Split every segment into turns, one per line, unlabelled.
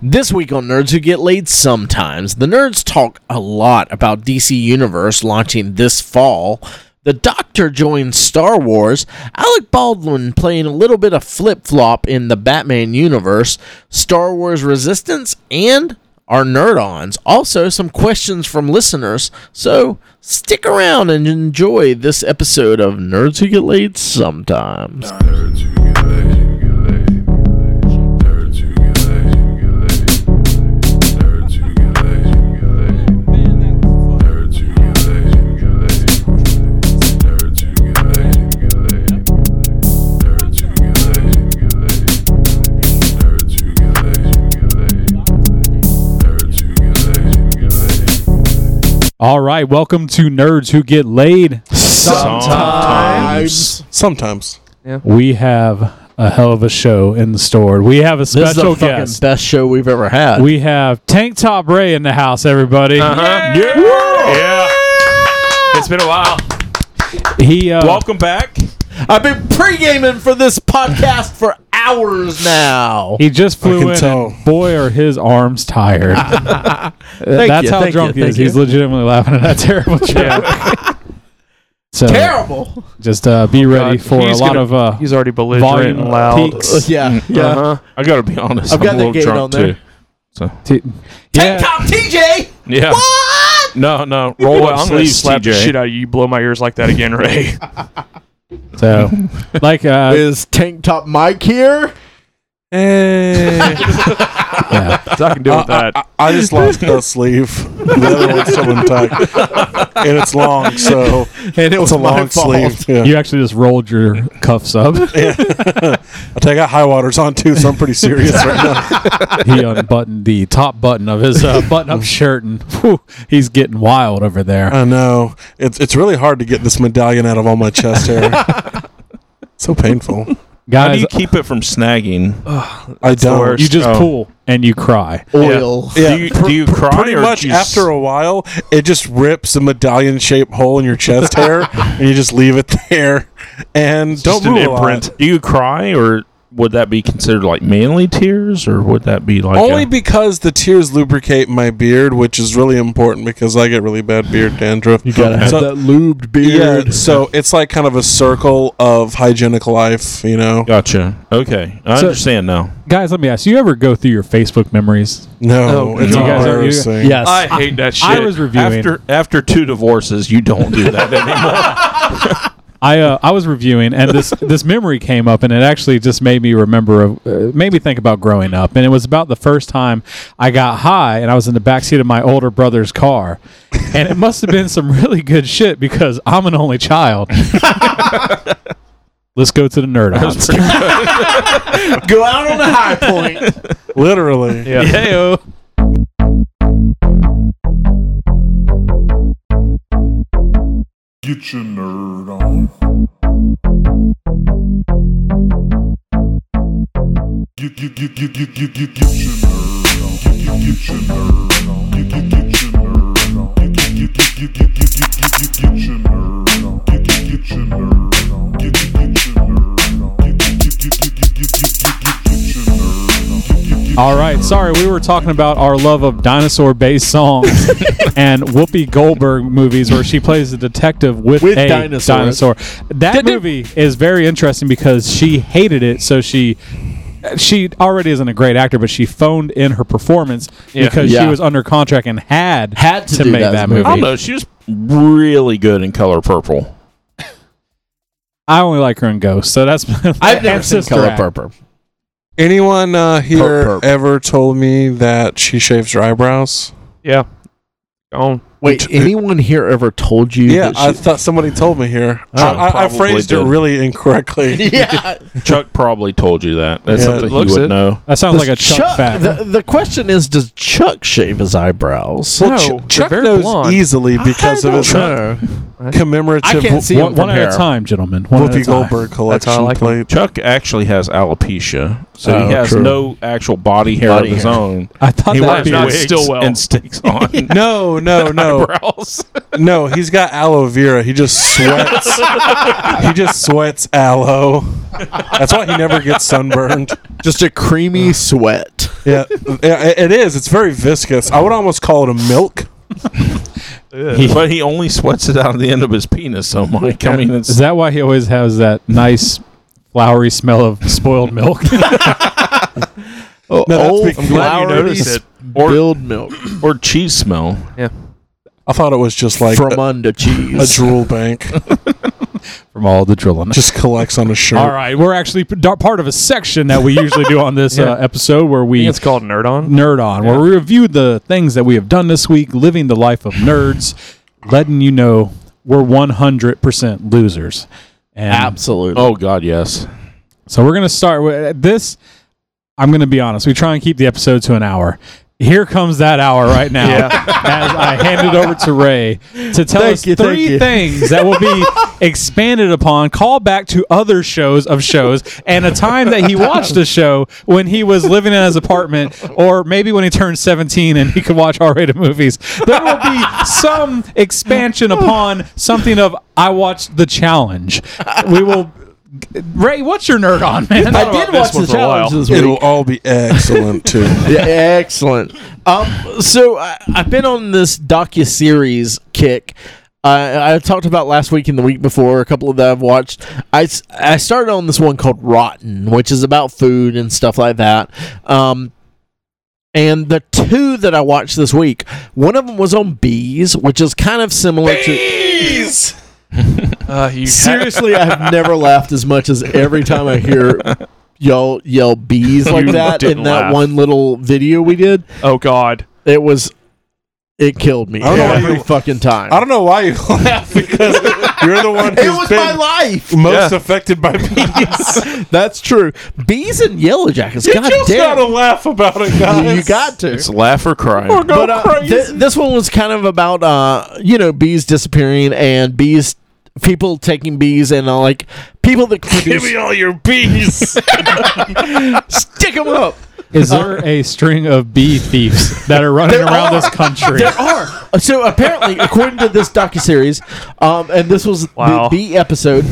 This week on Nerds Who Get Laid Sometimes, the nerds talk a lot about DC Universe launching this fall. The Doctor joins Star Wars, Alec Baldwin playing a little bit of flip flop in the Batman universe, Star Wars Resistance, and our nerd ons. Also, some questions from listeners. So, stick around and enjoy this episode of Nerds Who Get Laid Sometimes.
Nerds who get laid. Nerds who get laid. Nerds who get laid. Nerds who get laid. Nerds who get laid. Nerds who get laid. Nerds who get laid. Nerds who get laid.
All right, welcome to Nerds Who Get Laid.
Sometimes. Sometimes.
We have a hell of a show in store. We have a
This is the
special
fucking
guest.
best show we've ever had.
We have Tank Top Ray in the house, everybody.
Uh-huh.
Yeah. It's been a while.
He uh,
Welcome back.
I've been pre-gaming for this podcast for hours now.
he just flew
can
in. and
tell.
boy, are his arms tired. That's
you,
how
thank
drunk
you,
he is.
thank you.
He's legitimately laughing at that terrible joke.
uh,
so
Terrible.
just uh,
Oh
be ready
God,
for a
he's
lot
gonna-
of uh,
He's already belligerent
volume
and loud.
peaks.
Yeah, yeah.
Uh-huh.
I gotta be honest.
I've
I'm
got
a
that
little
gated
drunk
on there.
too.
Yeah.
Top TJ.
Yeah.
What?
No, no.
Boy,
Roll up
I'm gonna
sleeves,
slap the shit
TJ.
out of you. You blow my ears like that again, Ray.
So, like, uh,
Is Tank Top Mike here?
yeah.
I can deal with
Uh,
that.
I just lost a sleeve. The other one's still intact, and it's long, so
And it was
a
my
long
fault.
sleeve. Yeah.
you actually just rolled your cuffs up.
I take out high waters on too, so I'm pretty serious right now.
he unbuttoned the top button of his uh, button-up shirt, and whew, he's getting wild over there.
Uh, I know it's it's really hard to get this medallion out of all my chest hair. so painful.
How do
Guys,
you keep it from snagging?
I don't.
worst.
you just
Oh.
pull and you cry.
Oil.
Yeah.
do you, do you cry
pretty
or
much
do you
after a while it just rips a medallion shaped hole in your chest hair and you just leave it there and don't move a lot.
Do you cry or would that be considered like manly tears or would that be like
only
a-
because the tears lubricate my beard which is really important because i get really bad beard dandruff you so,
that lubed beard.
yeah, so it's like kind of a circle of hygienic life you know
Gotcha. Okay. I
So-
understand now.
Guys, let me ask you: ever go through your Facebook memories?
no
Oh,
it's
you guys are- you-
embarrassing
Yes.
I hate that shit.
I was reviewing.
After after two divorces, you don't do that anymore.
I uh, I was reviewing, and this this memory came up, and it actually just made me remember, of, uh, made me think about growing up, and it was about the first time I got high, and I was in the backseat of my older brother's car, and it must have been some really good shit because I'm an only child. Let's go to the nerd. House.
Go out on a high point.
literally
Yeah.
Heyo.
Get your nerd on. Get, get, get, get, get, get, get, get your nerd on. Get, get, get your nerd on. Get, get, get your nerd on. Get, get, get, get, get, get, get, get, get, get, get your nerd on. Get, get, get your nerd on. Get, get, get your nerd on. Get, get, get, get, get, get, get, get, get, get, get your nerd on. Get, get, get,
All right, sorry, we were talking about our love of dinosaur-based songs and Whoopi Goldberg movies, where she plays a detective with,
With
a
dinosaurs.
dinosaur. That movie is very interesting because she hated it, so she she already isn't a great actor, but she phoned in her performance
Yeah.
because
Yeah.
she was under contract and had
Had to do
make
that
that,
movie.
movie.
I don't know. She was really good in color purple.
I only like her in Ghost, so that's
I've never
and
seen
Sister
Color
Act.
Purple.
anyone uh, here
Perp, perp.
ever told me that she shaves her eyebrows
yeah. Oh,
Wait, anyone here ever told you?
Yeah,
that
I
she-
thought somebody told me here.
Chuck
I, I, I
probably
phrased it
did.
really incorrectly.
yeah.
Chuck probably told you that. That's
Yeah,
something
it
you
looks
would
it.
know.
That sounds like a Chuck, fact.
The, the question is, does Chuck shave his eyebrows?
No,
Ch-
they're
Chuck
very
knows
blonde.
easily because of his
Chuck. I
commemorative
can't see
one,
him
one
from
at
here.
a time, gentlemen. One at a
Whoopi
time.
Goldberg
That's how I
collection
like him.
plate.
Chuck actually has alopecia, so
Oh,
he has
true.
no actual body hair
Body
of his
hair.
own.
I thought
he
that
wears
be
was
wigs
wigs
still well.
and sticks on.
No, no, no. No.
eyebrows.
No, he's got aloe vera. He just sweats. he just sweats aloe. That's why he never gets sunburned.
Just a creamy sweat.
Yeah, yeah, it it is. It's very viscous. I would almost call it a milk.
He- but he only sweats it out of the end of his penis. So Mike, I mean,
Is
it's
that why he always has that nice flowery smell of spoiled milk?
Oh,
No, that's
old
big- I'm
glad you
flowery
noticed it.
spilled milk
or cheese smell.
I thought it was just like
from
a,
under
a
cheese.
drool bank.
From all the drilling.
Just collects on a shirt.
All right, we're actually p- dar- part of a section that we usually do on this
Yeah.
uh, episode where
I
we
think it's called Nerd On.
nerd on, where we review the things that we have done this week, living the life of nerds, letting you know we're 100% losers. And
Absolutely.
Oh God, yes.
So we're going to start with uh, this. I'm going to be honest. We try and keep the episode to an hour. Here comes that hour right now. As I hand it over to Ray to tell
Thank
us
you, thank
three
you.
things that will be expanded upon, call back to other shows of shows, and a time that he watched a show when he was living in his apartment, or maybe when he turned 17 and he could watch R-rated movies. There will be some expansion upon something of I watched The Challenge. We will. Ray, what's your nerd on, man?
I did watch
one
the
for a while.
challenge this week.
It'll all be excellent too.
yeah, excellent. Um, so I, I've been on this docu series kick. Uh, I talked about last week and the week before a couple of that I've watched. I, s- I started on this one called Rotten, which is about food and stuff like that. Um, and the two that I watched this week, one of them was on bees, which is kind of similar to.
Uh, you
Seriously, I've never laughed as much as every time I hear y'all yell bees like
You
that in
didn't
that
laugh.
one little video we did.
oh God.
It was. It killed me
I don't know why
every
you-
fucking time.
I don't know why you laugh because you're the one
it
who's
was
been
my life.
most affected by bees.
That's true. Bees and yellow jackets.
You
God
just
damn.
gotta laugh about it, guys.
you got to.
It's laugh or cry.
but uh, th- this one was kind of about uh, you know bees disappearing and bees people taking bees and uh, like people that produce
all your bees.
stick them up.
Is there a string of bee thieves that are running
Uh, There
around
are.
this country?
There are. Uh, So apparently, according to this docuseries, um, and this was
Wow.
the, the episode,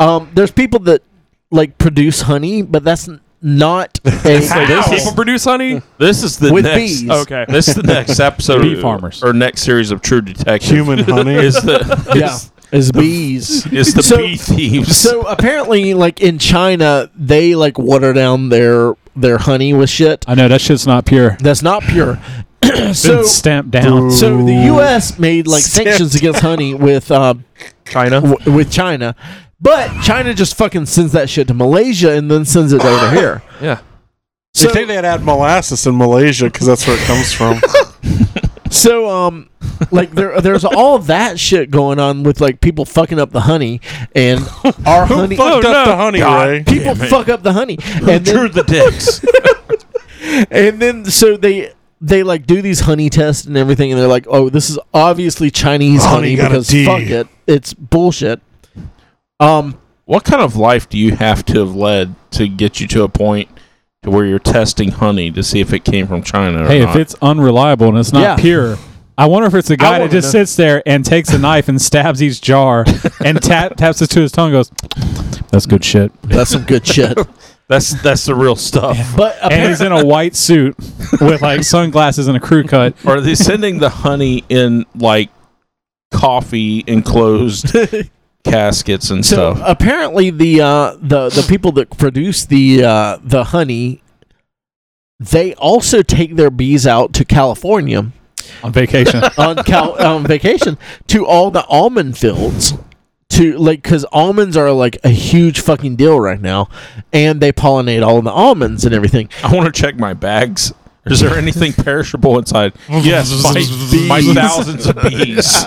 um, there's people that like produce honey, but that's n- not a
People produce honey.
This is the
with
next.
bees.
Okay.
This is the next episode.
Bee farmers.
or next series of True Detective.
Human honey.
is the
Yeah, is bees.
is the
So-
bee thieves.
So apparently, like in China, they like water down their their honey with shit
I know that shit's not pure.
that's not pure. so,
Been stamped down.
so the U.S. made like sanctions against honey with uh,
China.
w- with China, but China just fucking sends that shit to Malaysia and then sends it over here.
Yeah.
They
So,
think they'd add molasses in Malaysia because that's where it comes from.
so um, like there there's all that shit going on with like people fucking up the honey and our Oh, honey.
Fucked
no.
up the honey, Ray.
People fuck up the honey, and then
Drew the dicks.
and then so they they like do these honey tests and everything and they're like oh this is obviously chinese honey,
Honey got a
because
D.
fuck it it's bullshit um
what kind of life do you have to have led to get you to a point to where you're testing honey to see if it came from China? Or
hey, if
not?
it's unreliable and it's not
Yeah.
pure, I wonder if it's a guy that
wanna
just
know.
sits there and takes a knife and stabs each jar and tap, taps it to his tongue and goes, That's good shit.
that's some good shit
that's that's the real stuff.
but
And he's in a white suit with like sunglasses and a crew cut.
Are they sending the honey in like coffee enclosed caskets and
So
stuff?
apparently the uh, the the people that produce the uh, the honey, they also take their bees out to California
on vacation.
on cal- on vacation to all the almond fields to like because almonds are like a huge fucking deal right now, and they pollinate all the almonds and everything.
I want to check my bags. Is there anything perishable inside? yes, my, my thousands of bees.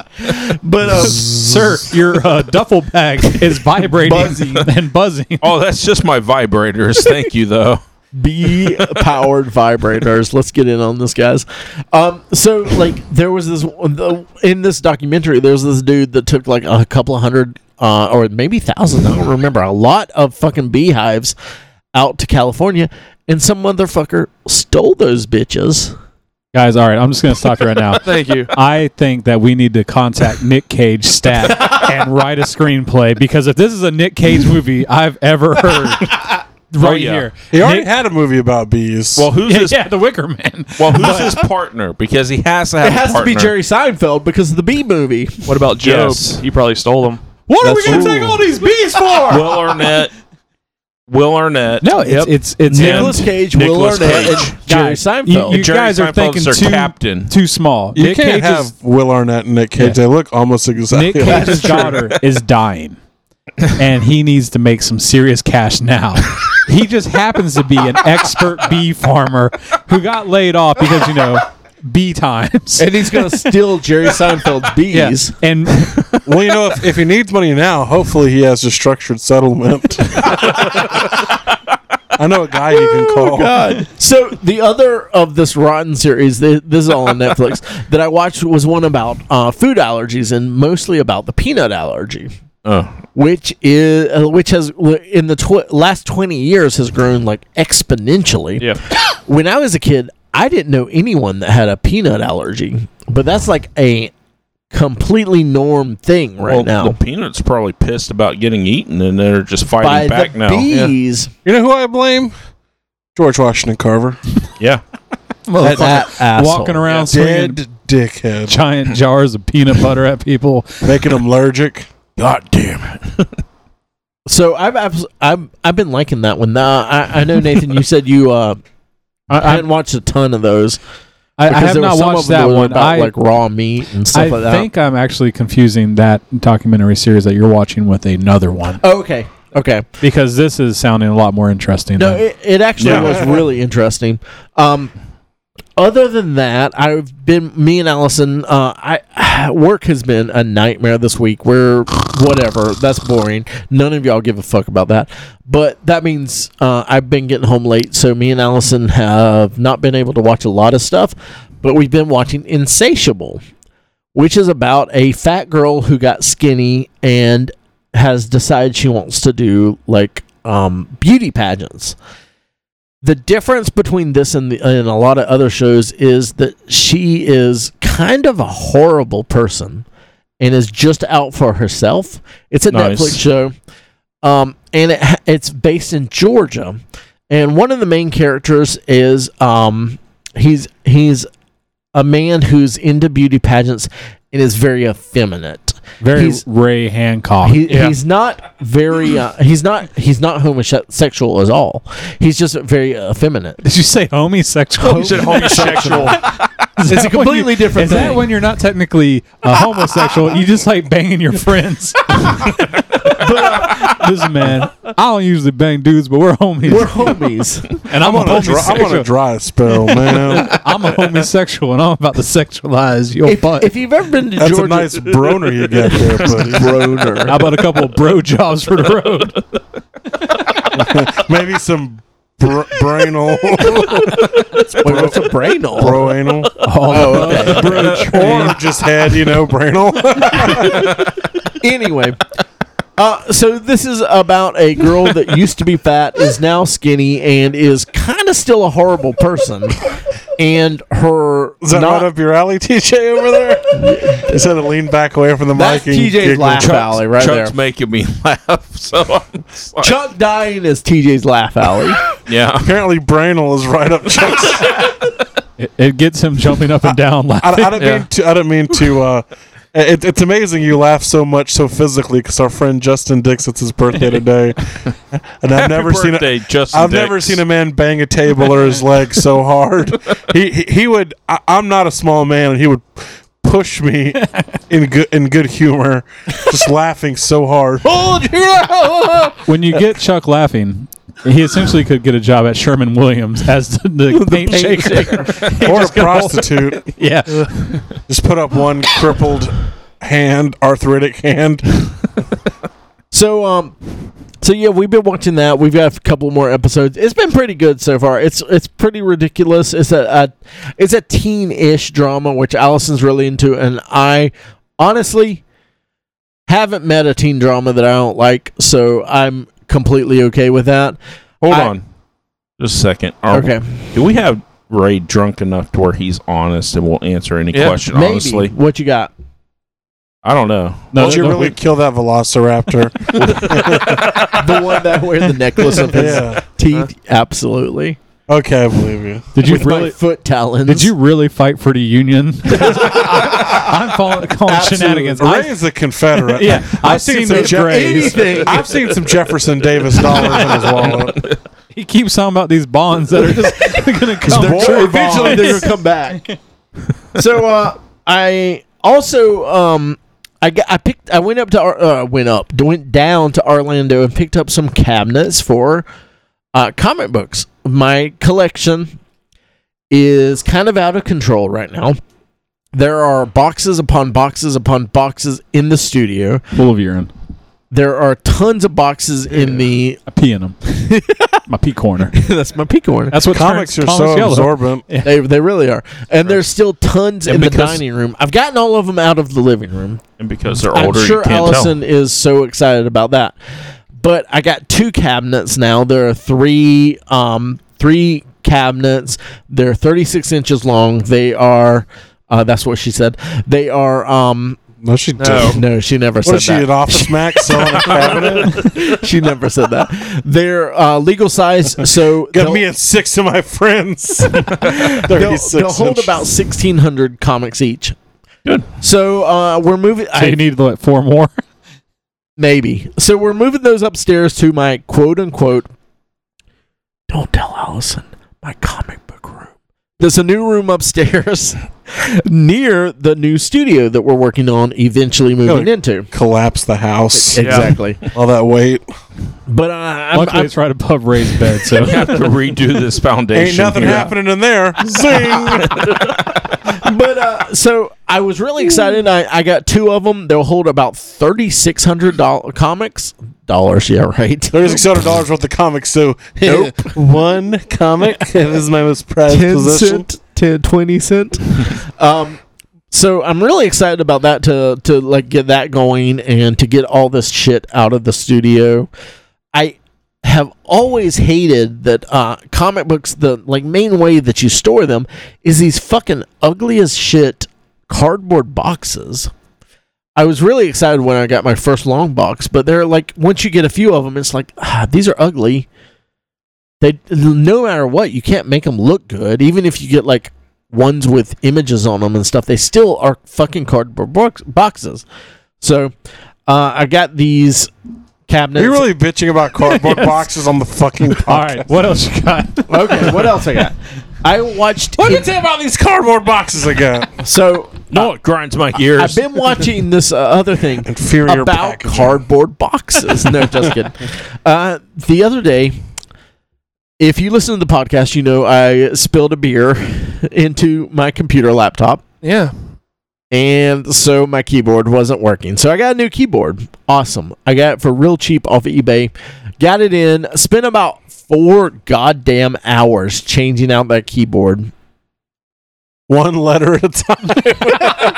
But uh,
Sir, your uh, duffel bag is vibrating and buzzing.
Oh, that's just my vibrators. Thank you, though.
bee powered vibrators. Let's get in on this, guys. Um, so like there was this the- in this documentary. There was this dude that took like a couple of hundred uh, or maybe thousands. I don't remember. A lot of fucking beehives out to California, and some motherfucker stole those bitches
Guys, all right, I'm just going to stop you right now.
Thank you.
I think that we need to contact Nick Cage staff and write a screenplay because if this is a Nick Cage movie I've ever heard, right
yeah.
here.
He already
Nick-
had a movie about bees.
Well, who's
yeah,
his?
yeah, The Wicker Man.
Well, who's his partner? Because he has to have.
It has
a
to be
partner.
Jerry Seinfeld because of the B movie.
What about Job?
Yes.
You probably stole them.
What are we
That's-
going to take
Ooh.
all these bees for?
Will Arnett. Will Arnett.
No, it's
Yep.
it's it's him.
Nicholas Cage, Will
Nicolas
Arnett,
Cage.
and Jerry
Guys,
Seinfeld.
You, you
Jerry
guys are
Seinfeld's
thinking
their
too,
captain.
too small.
you
Nick
can't
Cage's,
have Will Arnett and Nick Cage. They look almost exactly.
Nick
alike.
Cage's daughter is dying, and he needs to make some serious cash now. He just happens to be an expert bee farmer who got laid off because you know bee times.
and he's going to steal Jerry Seinfeld's
Yeah.
bees.
And
well, you know, if, if he needs money now, hopefully he has a structured settlement. I know a guy you can call.
So the other of this rotten series, th- this is all on Netflix, that I watched was one about uh, food allergies and mostly about the peanut allergy,
Oh.
which is uh, which has w- in the tw- last twenty years has grown like exponentially.
Yeah.
When I was a kid, I didn't know anyone that had a peanut allergy, but that's like a completely norm thing right
well,
now.
the peanuts probably pissed about getting eaten, and they're just fighting
By
back
the
now.
bees,
You know who I blame? George Washington Carver.
Yeah.
that, asshole.
walking around swinging
Dead dickhead.
giant jars of peanut butter at people.
Making him allergic.
God damn it.
So I've abs- I've I've been liking that one. Nah, I, I know Nathan, you said you uh
I,
I
I,
hadn't watched a ton of those
I, I have
were
not
some of
watched
them
that
were
one.
about
I,
like raw meat and stuff
I
like that.
think I'm actually confusing that documentary series that you're watching with another one
Oh, okay, okay.
because this is sounding a lot more interesting.
No,
than-
it, it actually
Yeah.
was really interesting. Um, other than that, I've been me and Allison. Uh, I work has been a nightmare this week. We're whatever. That's boring. None of y'all give a fuck about that. But that means uh, I've been getting home late, so me and Allison have not been able to watch a lot of stuff. But we've been watching Insatiable, which is about a fat girl who got skinny and has decided she wants to do like um, beauty pageants. The difference between this and, the, and a lot of other shows is that she is kind of a horrible person and is just out for herself. It's a
Nice.
Netflix show, um, and it, ha- it's based in Georgia. And one of the main characters is um, he's he's a man who's into beauty pageants and is very effeminate.
Very
he's-
Ray Hancock.
He,
Yeah.
He's not very. Uh, he's not. He's not homosexual at all. He's just very effeminate.
Did you say homosexual?
You said homosexual.
It's
Is
a
that when
completely
you-
different
Is that
thing.
when you're not technically a homosexual? you just like banging your friends. uh, Listen, man, I don't usually bang dudes, but we're homies,
We're homies.
and I'm,
I'm
a
on a, dry, I'm
homosexual.
on a dry spell, man.
I'm a homosexual, and I'm about to sexualize your
if,
butt.
if you've ever been to
That's
Georgia,
a nice broner you got there, buddy.
broner.
How about a couple of bro jobs for the road?
Maybe some br- brainal,
Wait, what's a brainal?
broanal,
Oh, okay.
or just had you know brainal.
anyway, uh, so this is about a girl that used to be fat, is now skinny, and is kind of still a horrible person. And her
Is that
not-
right up your alley, TJ, over there? you said to lean back away from the
That's
mic. and
TJ's
giggle.
laugh
Chuck-
alley right
Chuck's
there.
making me laugh. So I'm sorry.
Chuck dying is TJ's laugh alley.
Yeah.
Apparently, brainal is right up Chuck's. I,
It, it gets him jumping up and down
I
laughing.
don't mean to. I don't mean to. Uh, it, it's amazing you laugh so much so physically because our friend Justin Dix, it's his birthday today, and I've never seen a,
birthday, Justin
I've never
Dix.
seen a man bang a table or his leg so hard. He he, he would. I, I'm not a small man, and he would push me in good in good humor, just laughing so hard.
When you get Chuck laughing, he essentially could get a job at Sherman Williams as the, the, paint shaker.
or a prostitute.
Yeah.
Just put up one crippled hand, arthritic hand.
So um so yeah, we've been watching that. We've got a couple more episodes. It's been pretty good so far. It's it's pretty ridiculous. It's a, a it's a teen-ish drama which Allison's really into and I honestly haven't met a teen drama that I don't like, so I'm completely okay with that.
Hold
I- Oh,
on. Just a second. Are-
Okay.
Do we have Ray drunk enough to where he's honest and will answer any
Yeah,
question
Maybe.
honestly.
What you got?
I don't know.
No,
Did you
no,
really kill that Velociraptor?
The one that wears the necklace of his
yeah.
teeth? Absolutely.
Okay, I believe you.
Did you
With my
really?
foot talons.
Did you really fight for the union? I'm falling, calling shenanigans.
Ray
I,
is a Confederate.
yeah, I've
seen
seen
some
those
Jeff-
grays.
anything?
I've seen some Jefferson Davis dollars in his wallet.
He keeps talking about these bonds that are just going to come.
They're true
eventually they're gonna come back. so uh, I also um, I got, I picked I went up to Ar- uh, went up went down to Orlando and picked up some cabinets for uh, comic books. My collection is kind of out of control right now. There are boxes upon boxes upon boxes in the studio.
Full of urine.
There are tons of boxes in the.
I pee in them. My pee corner.
that's my peak order.
That's what
Comics are
turns
so
Thomas yellow.
absorbent.
They, they really are. And there's still tons
And
in the
because-
dining room. I've gotten all of them out of the living room.
And because they're older,
I'm sure
you can't
Allison is so excited about that. But I got two cabinets now. There are three um three cabinets. They're 36 inches long. They are uh, that's what she said. They are um
No, she
No.
didn't.
no, she never
Oh. What
said
is she,
that
an office mac selling a cabinet?
she never said that. They're uh, legal size, so
Got
they'll-
me and six of my friends.
they'll,
36
they'll hold
inches.
about 1600 comics each
Good.
so uh, we're moving
So
I,
you need like four more.
maybe so we're moving those upstairs to my quote unquote don't tell allison my comic book room there's a new room upstairs near the new studio that we're working on eventually moving
Really?
into
collapse the house.
exactly
All that weight.
but uh, I'm,
Luckily,
I'm-
it's right above Ray's bed. So
tell. You have to redo this foundation.
Ain't nothing
here.
happening in there. Zing.
but uh, so I was really excited. I, I got two of them. They'll hold about thirty six hundred dollar comics dollars. Yeah, right.
There's six hundred dollars worth of comics. So
Nope.
one comic. this is my most prized
10 cent, 10, 20 cent. um, so I'm really excited about that to to like get that going and to get all this shit out of the studio. I have always hated that uh, comic books. The like main way that you store them is these fucking ugly as shit cardboard boxes. I was really excited when I got my first long box, but they're like once you get a few of them, it's like ah, these are ugly. They no matter what, you can't make them look good. Even if you get like ones with images on them and stuff, they still are fucking cardboard box- boxes. So uh, I got these
Are
cabinets.
you really bitching about cardboard
Yes.
boxes on the fucking podcast?
all right, what else you got?
okay, what else I got? I watched.
Let me tell you about these cardboard boxes again.
so
No, it grinds my ears.
I've been watching this uh, other thing.
Inferior
about
packaging.
cardboard boxes. no, just kidding. Uh, the other day, if you listen to the podcast, you know I spilled a beer into my computer laptop,
Yeah.
and so my keyboard wasn't working. So I got a new keyboard. Awesome. I got it for real cheap off of eBay. Got it in. Spent about four goddamn hours changing out that keyboard.
One letter at a time.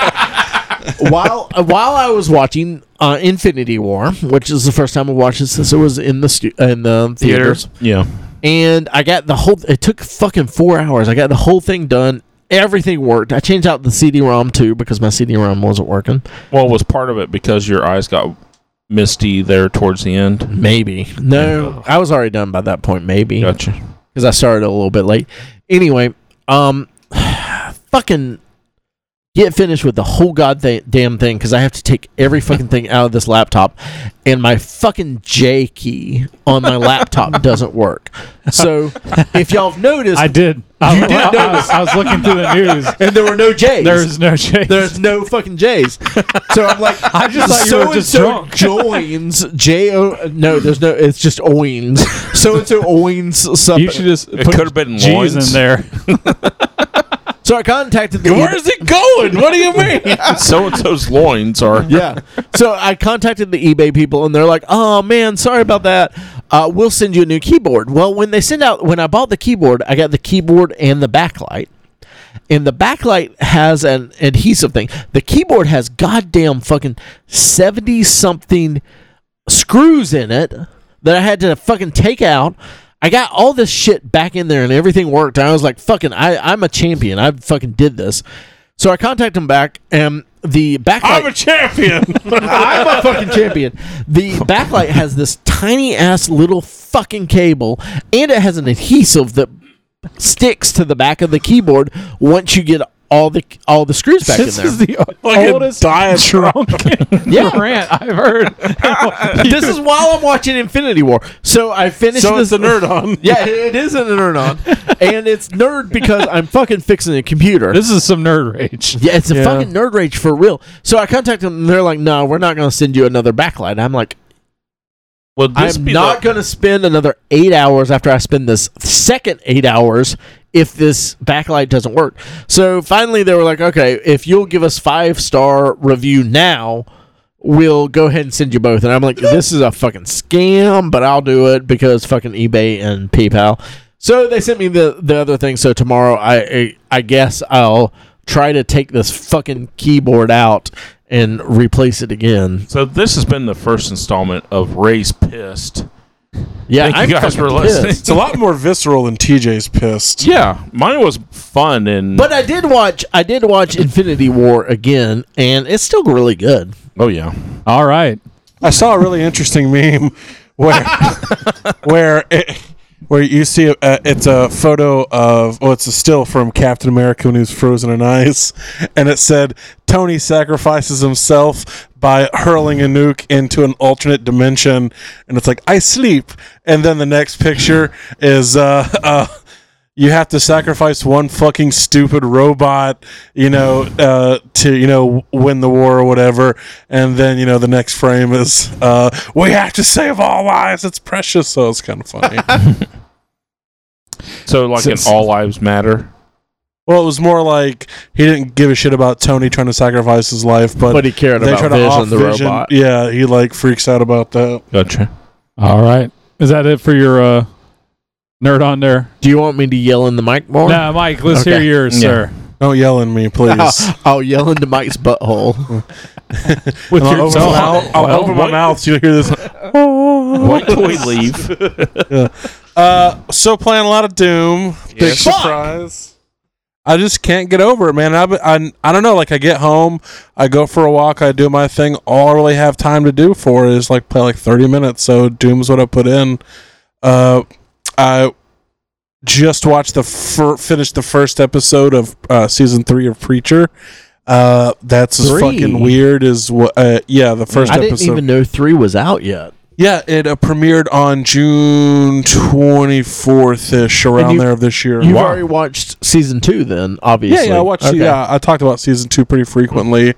while uh, while I was watching uh, Infinity War, which is the first time I watched it since it was in the stu- in the theaters,
yeah.
and I got the whole. It took fucking four hours. I got the whole thing done. Everything worked. I changed out the CD-ROM too because my CD-ROM wasn't working.
Well, was part of it because your eyes got misty there towards the end?
Maybe no, I was already done by that point. Maybe because
Gotcha.
I started a little bit late. Anyway, um, fucking get finished with the whole goddamn thing because I have to take every fucking thing out of this laptop, and my fucking J key on my laptop doesn't work. So if y'all have noticed,
I did. I,
You
I-
did
I, I was, I was looking through the news.
and there were no J's.
There's no shade.
There's no fucking J's. So I'm like,
I just thought you
so
were just
and so
drunk.
joins J O. No, there's no. It's just Owings. So and so Owings
You
something.
should just
It
put
could've been
G's
loins.
in there.
so I contacted the.
Where is it going? What do you mean? so and so's loins are.
yeah. So I contacted the eBay people, and they're like, "Oh man, sorry about that. Uh, we'll send you a new keyboard." Well, when they send out, when I bought the keyboard, I got the keyboard and the backlight. And the backlight has an adhesive thing. The keyboard has goddamn fucking seventy something screws in it that I had to fucking take out. I got all this shit back in there and everything worked. I was like, fucking, I, I'm a champion. I fucking did this. So I contacted him back, and the backlight.
I'm a champion.
I'm a fucking champion. The backlight has this tiny ass little fucking cable, and it has an adhesive that sticks to the back of the keyboard once you get all the all the screws back
this
in
is
there.
the o-
Like a
oldest
diatribe.
drunken
Yeah.
rant I've heard.
this is while I'm watching Infinity War. So I finished
so
this
it's a nerd on.
Yeah, it- it is an nerd on, and it's nerd because I'm fucking fixing a computer.
this is some nerd rage.
Yeah, it's a
Yeah.
fucking nerd rage for real. So I contacted them and they're like, no, we're not going to send you another backlight. I'm like,
Well, this
I'm
be
not
the,
going to spend another eight hours after I spend this second eight hours if this backlight doesn't work. So finally, they were like, okay, if you'll give us five star review now, we'll go ahead and send you both. And I'm like, this is a fucking scam, but I'll do it because fucking eBay and PayPal. So they sent me the the other thing. So tomorrow, I I, I guess I'll try to take this fucking keyboard out and replace it again.
so this has been the first installment of Ray's pissed.
Yeah,
Thank you
I'm
guys
fucking
for listening.
pissed.
It's a lot more visceral than TJ's pissed.
Yeah, mine was fun and
But I did watch I did watch Infinity War again, and it's still really good.
oh yeah,
All right.
I saw a really interesting meme where where it, where you see a, it's a photo of oh it's a still from Captain America when he was frozen in ice, and it said Tony sacrifices himself by hurling a nuke into an alternate dimension, and it's like I sleep, and then the next picture is uh. uh you have to sacrifice one fucking stupid robot, you know, uh, to you know win the war or whatever, and then you know the next frame is uh, we have to save all lives. It's precious, so it's kind of funny.
so like in
Since-
all lives matter.
well, it was more like he didn't give a shit about Tony trying to sacrifice his life, but,
But he cared
they
about
try to
Vision,
off
the
vision.
robot.
Yeah, he like freaks out about that.
Gotcha.
All right. Is that it for your uh, nerd on there?
Do you want me to yell in the mic more?
Nah, Mike, let's hear
Okay.
yours,
Yeah.
sir.
Don't yell at me, please.
I'll, I'll yell into Mike's butthole.
With
And I'll
your
open, my mouth- I'll
Well,
open my
what-
mouth so you hear this.
Wait till we leave.
Uh, still playing a lot of Doom. Big
Yes. Fuck!
surprise. I just can't get over it, man. I, I I don't know. Like I get home, I go for a walk, I do my thing. All I really have time to do for is like play like thirty minutes. So Doom's what I put in. Uh, I just watched the fir- finished the first episode of uh, season three of Preacher. Uh, that's as
Three?
fucking weird as what. Uh, yeah, the first
I
episode.
didn't even know three was out yet.
Yeah, it uh, premiered on June 24th ish, around
you-
there of this year.
You've already watched season two, then
yeah,
obviously.
yeah, I watched. uh,
Okay.
Yeah, I talked about season two pretty frequently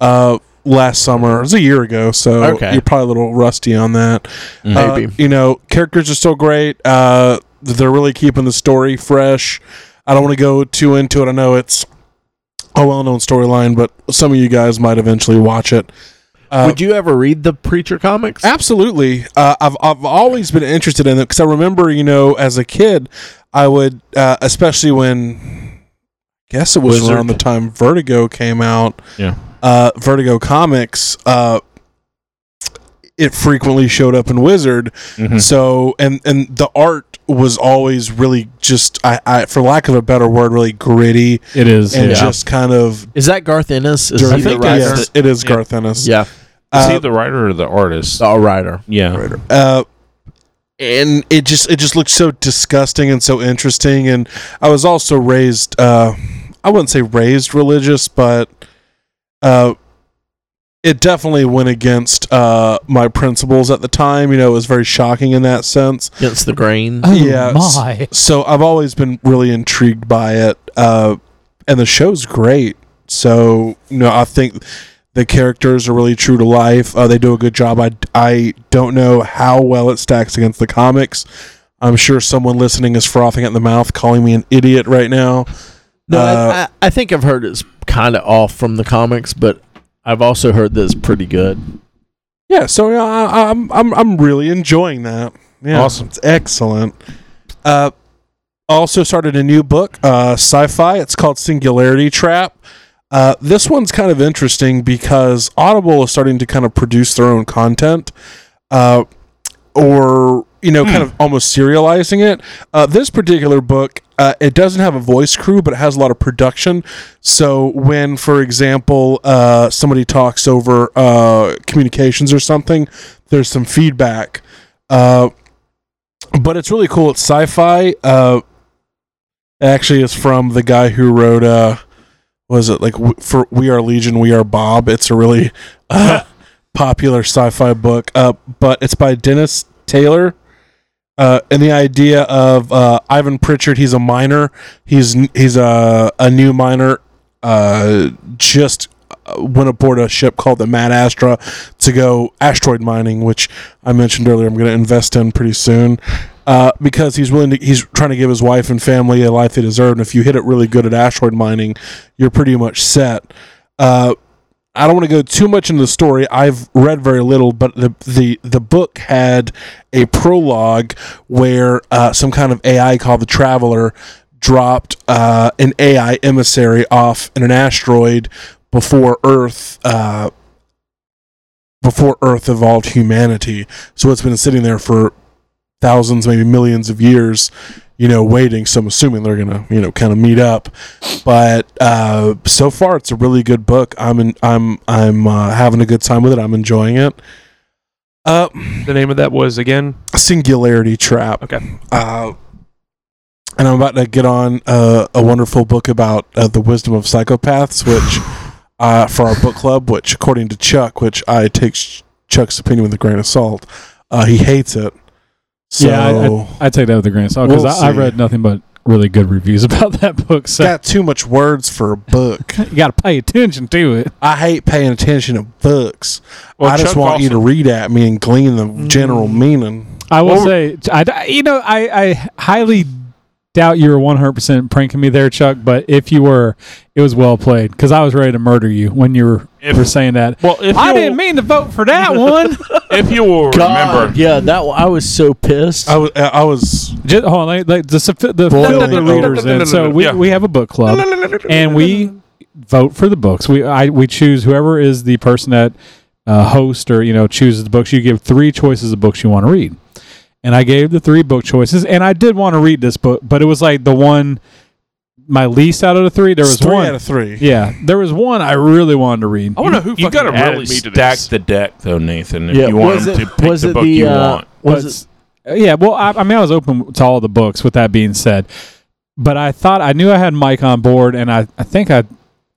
uh, last summer. It was a year ago, so
Okay.
you're probably a little rusty on that. Uh,
Maybe.
you know, characters are still great. Uh, they're really keeping the story fresh. I don't want to go too into it. I know it's a well-known storyline, but some of you guys might eventually watch it. Uh,
Would you ever read the Preacher comics?
Absolutely. Uh, I've, I've always been interested in it because I remember, you know, as a kid, I would, uh, especially when, I guess it was
Wizard.
around the time Vertigo came out,
Yeah.
uh, Vertigo Comics, uh, it frequently showed up in Wizard.
Mhm.
So, and, and the art was always really just, I, I, for lack of a better word, really gritty
It is.
and
yeah.
just kind of
Is that Garth Ennis? Is
dirty.
he the
that's
writer?
Yes, it is Garth Ennis.
Yeah,
Is he
Uh,
the writer or the artist?
the writer.
yeah.
Uh, and it just it just looked so disgusting and so interesting. And I was also raised uh, I wouldn't say raised religious, but uh, it definitely went against uh, my principles at the time. You know, it was very shocking in that sense.
Against the grain.
oh,
yeah,
my.
So I've always been really intrigued by it, uh, and the show's great. So you know, I think the characters are really true to life. Uh, they do a good job. I I don't know how well it stacks against the comics. I'm sure someone listening is frothing at the mouth, calling me an idiot right now.
No, I-
Uh,
I, I think I've heard it's kind of off from the comics, but I've also heard that it's pretty good.
Yeah, so yeah, I, I'm I'm I'm really enjoying that. Yeah,
Awesome.
It's excellent. Uh, also started a new book, uh, sci-fi. It's called Singularity Trap. Uh, this one's kind of interesting because Audible is starting to kind of produce their own content, uh, or you know, kind of almost serializing it. Uh, this particular book, uh, it doesn't have a voice crew, but it has a lot of production. So when, for example, uh, somebody talks over uh, communications or something, there's some feedback. Uh, but it's really cool. It's sci-fi. Uh, it actually, is from the guy who wrote. Uh, was it like w- for We Are Legion, We Are Bob? It's a really uh, popular sci-fi book. Uh, but it's by Dennis Taylor. Uh, and the idea of uh, Ivan Pritchard, he's a miner. He's n- he's a a new miner. Uh, just uh, went aboard a ship called the Mad Astra to go asteroid mining, which I mentioned earlier. I'm going to invest in pretty soon uh, because he's willing to. He's trying to give his wife and family a life they deserve. And if you hit it really good at asteroid mining, you're pretty much set. Uh, I don't want to go too much into the story. I've read very little, but the the, the book had a prologue where uh, some kind of AI called the Traveler dropped uh, an AI emissary off in an asteroid before Earth. Uh, before Earth evolved humanity, so it's been sitting there for thousands, maybe millions of years, you know, waiting. So I'm assuming they're gonna, you know, kind of meet up. But uh, so far, it's a really good book. I'm in, I'm I'm uh, having a good time with it. I'm enjoying it. Uh,
The name of that was again.
Singularity Trap.
Okay.
Uh, and I'm about to get on uh, a wonderful book about uh, the wisdom of psychopaths, which uh, for our book club, which according to Chuck, which I take Ch- Chuck's opinion with a grain of salt, uh, he hates it. So
Yeah, I take that with a grain of salt because
We'll
I, I've
see.
read nothing but really good reviews about that book. So
got too much words for a book.
you got to pay attention to it.
I hate paying attention to books.
Well,
I just
Chuck
want you to
also-
read at me and glean the general meaning.
I will
Well,
say, I, I- you know, I, I highly doubt you were 100% pranking me there, Chuck, but if you were, it was well played because I was ready to murder you when you were, were saying that.
Well, if
I
you'll-
didn't mean to vote for that one.
if you will remember, Oh,
yeah, that I was so pissed.
I was, I was
Just hold on, like, like the suffi- the, the, the
Boiling over.
leaders in. So we,
Yeah.
we have a book club, and we vote for the books. We I we choose whoever is the person that uh, host or you know chooses the books. You give three choices of books you want to read, and I gave the three book choices, and I did want to read this book, but it was like the one my least out of the three. There was
three
one.
out of three.
yeah, there was one I really wanted to read.
I want to know who
you got
fucking
to
added
really
me to
stack
this.
the deck, though, Nathan. If you want them to pick
was
the
it
book you
uh,
want.
Was it,
But- Uh, yeah, well, I, I mean, I was open to all the books. With that being said, but I thought I knew I had Mike on board, and I, I think I,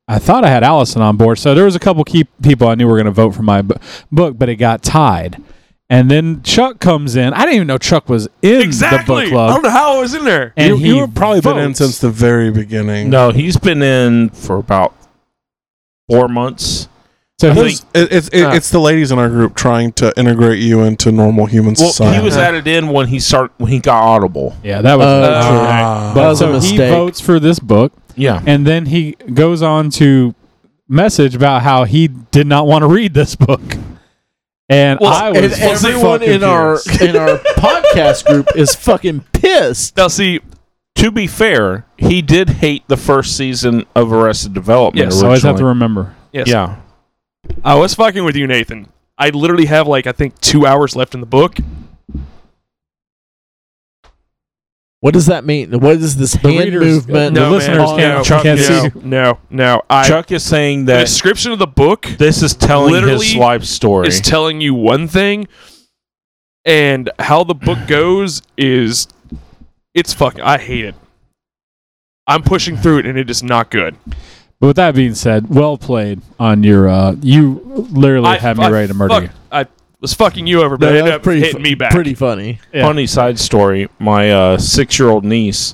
I thought I had Allison on board. So there was a couple key people I knew were going to vote for my bu- book, but it got tied. And then Chuck comes in. I didn't even know Chuck was in the book
I don't
club.
know how I was in there.
And
you,
he
you were probably been in
votes.
since the very beginning.
No, he's been in for about four months.
So
I
he-
think-
It's, it, it's- it,
Ah.
it's the ladies in our group trying to integrate you into normal human
Well,
society.
he was added in when he start when he got Audible.
yeah, that was.
Uh,
true.
Ah.
That
but
was a
so he
mistake.
votes for this book,
Yeah,
and then he goes on to message about how he did not want to read this book. And
Well,
I was
and everyone
fucking
in our
furious.
in our podcast group is fucking pissed.
Now, see, to be fair, he did hate the first season of Arrested Development. Yes,
Yes.
Oh,
So I always have to remember.
Yes.
yeah,
I was fucking with you, Nathan. I literally have like I think two hours left in the book.
What does that mean? What is this hand
readers-
movement?
The listeners
man.
can't-
no,
Chuck
no,
can't see.
No, no. I,
Chuck is saying
the
that
description of the book
this is telling his
literally
life story.
is telling you one thing, and how the book goes is it's fucking. I hate it. I'm pushing through it, and it is not good.
But with that being said, well played on your. Uh, you literally
I,
had me
I
ready to murder
fuck-
you.
I was fucking you over, but
No,
it
that
ended
was
up
pretty
hitting
fu-
me back.
Pretty funny.
Yeah.
Funny side story: my uh, six-year-old niece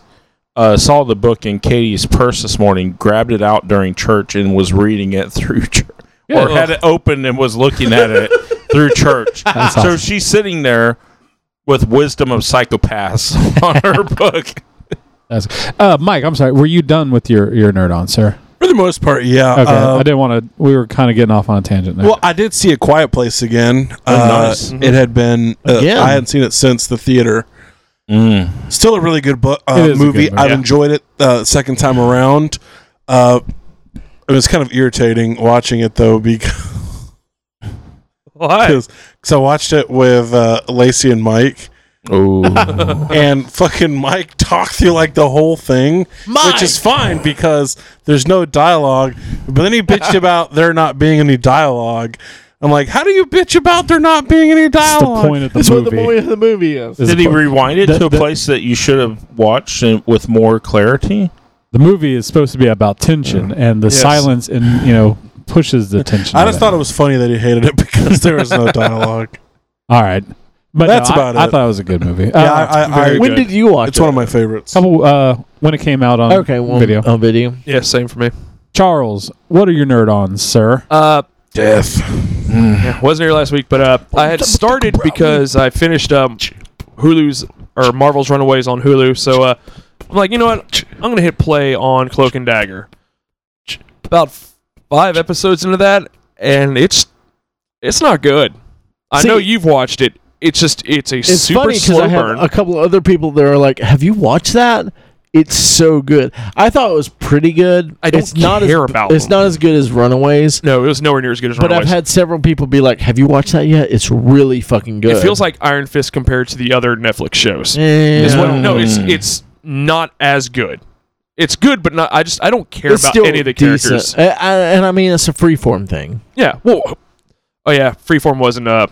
uh, saw the book in Katie's purse this morning, grabbed it out during church, and was reading it through church, or
Good.
had it open and was looking at it through church.
That's
So
awesome.
she's sitting there with wisdom of psychopaths on her book.
That's- uh, Mike, I'm sorry. Were you done with your, your nerd on, sir?
For the most part, yeah.
Okay,
Uh,
I didn't want to. We were kind of getting off on a tangent there.
Well, I did see a Quiet Place again.
Oh,
Uh,
nice.
It had been uh,
Again.
I hadn't seen it since the theater.
Mm.
Still a really good book
It
uh,
is a
movie.
good movie.
I've
Yeah.
enjoyed it uh, second time around. Uh, it was kind of irritating watching it though because
Why?
cause I watched it with uh, Lacey and Mike,
Uh-huh.
Oh,
and fucking Mike talked through like the whole thing,
Mike!
which is fine because there's no dialogue. But then he bitched about there not being any dialogue. I'm like, how do you bitch about there not being any
That's the
dialogue?
point of the
That's what the
movie.
point of the movie is.
Is
did
the
he
po-
rewind it
the-
to a
the-
place that you should have watched and with more clarity?
the movie is supposed to be about tension, and the
Yes.
silence and you know pushes the tension.
I
of
just
it.
thought it was funny that he hated it because there was no dialogue.
all right, but
That's
no, I-
about
I,
it.
thought it was a good movie.
yeah,
Uh,
I, I, I,
very
When
good.
did you watch
it's
it?
one of my favorites.
couple uh, when it came out on
okay, uh, one
video.
on video.
Yeah, same for me.
Charles, what are your nerd on, sir?
Uh, Mm.
Death.
yeah, wasn't here last week, but uh, I had started because I finished um, Hulu's or Marvel's Runaways on Hulu. So uh, I'm like, you know what? I'm gonna hit play on Cloak and Dagger. About f- five episodes into that, and it's it's not good. I
See-
know you've watched it. It's just it's a
It's
super
funny because
slow
I
burn.
have a couple of other people that are like, "Have you watched that? It's so good." I thought it was pretty good.
I don't
it's not
care
as,
about
It's
them.
not as good as Runaways,
no, it was nowhere near as good as
but I've
Runaways.
had several people be like, "Have you watched that yet? It's really fucking good."
It feels like Iron Fist compared to the other Netflix shows.
Eh,
Is what- no, it's it's not as good. It's good, but not. I just I don't care
it's
about
still
any of the
decent.
characters.
Uh, I- and I mean, it's a freeform thing.
Yeah. Well. Oh yeah, Freeform wasn't uh,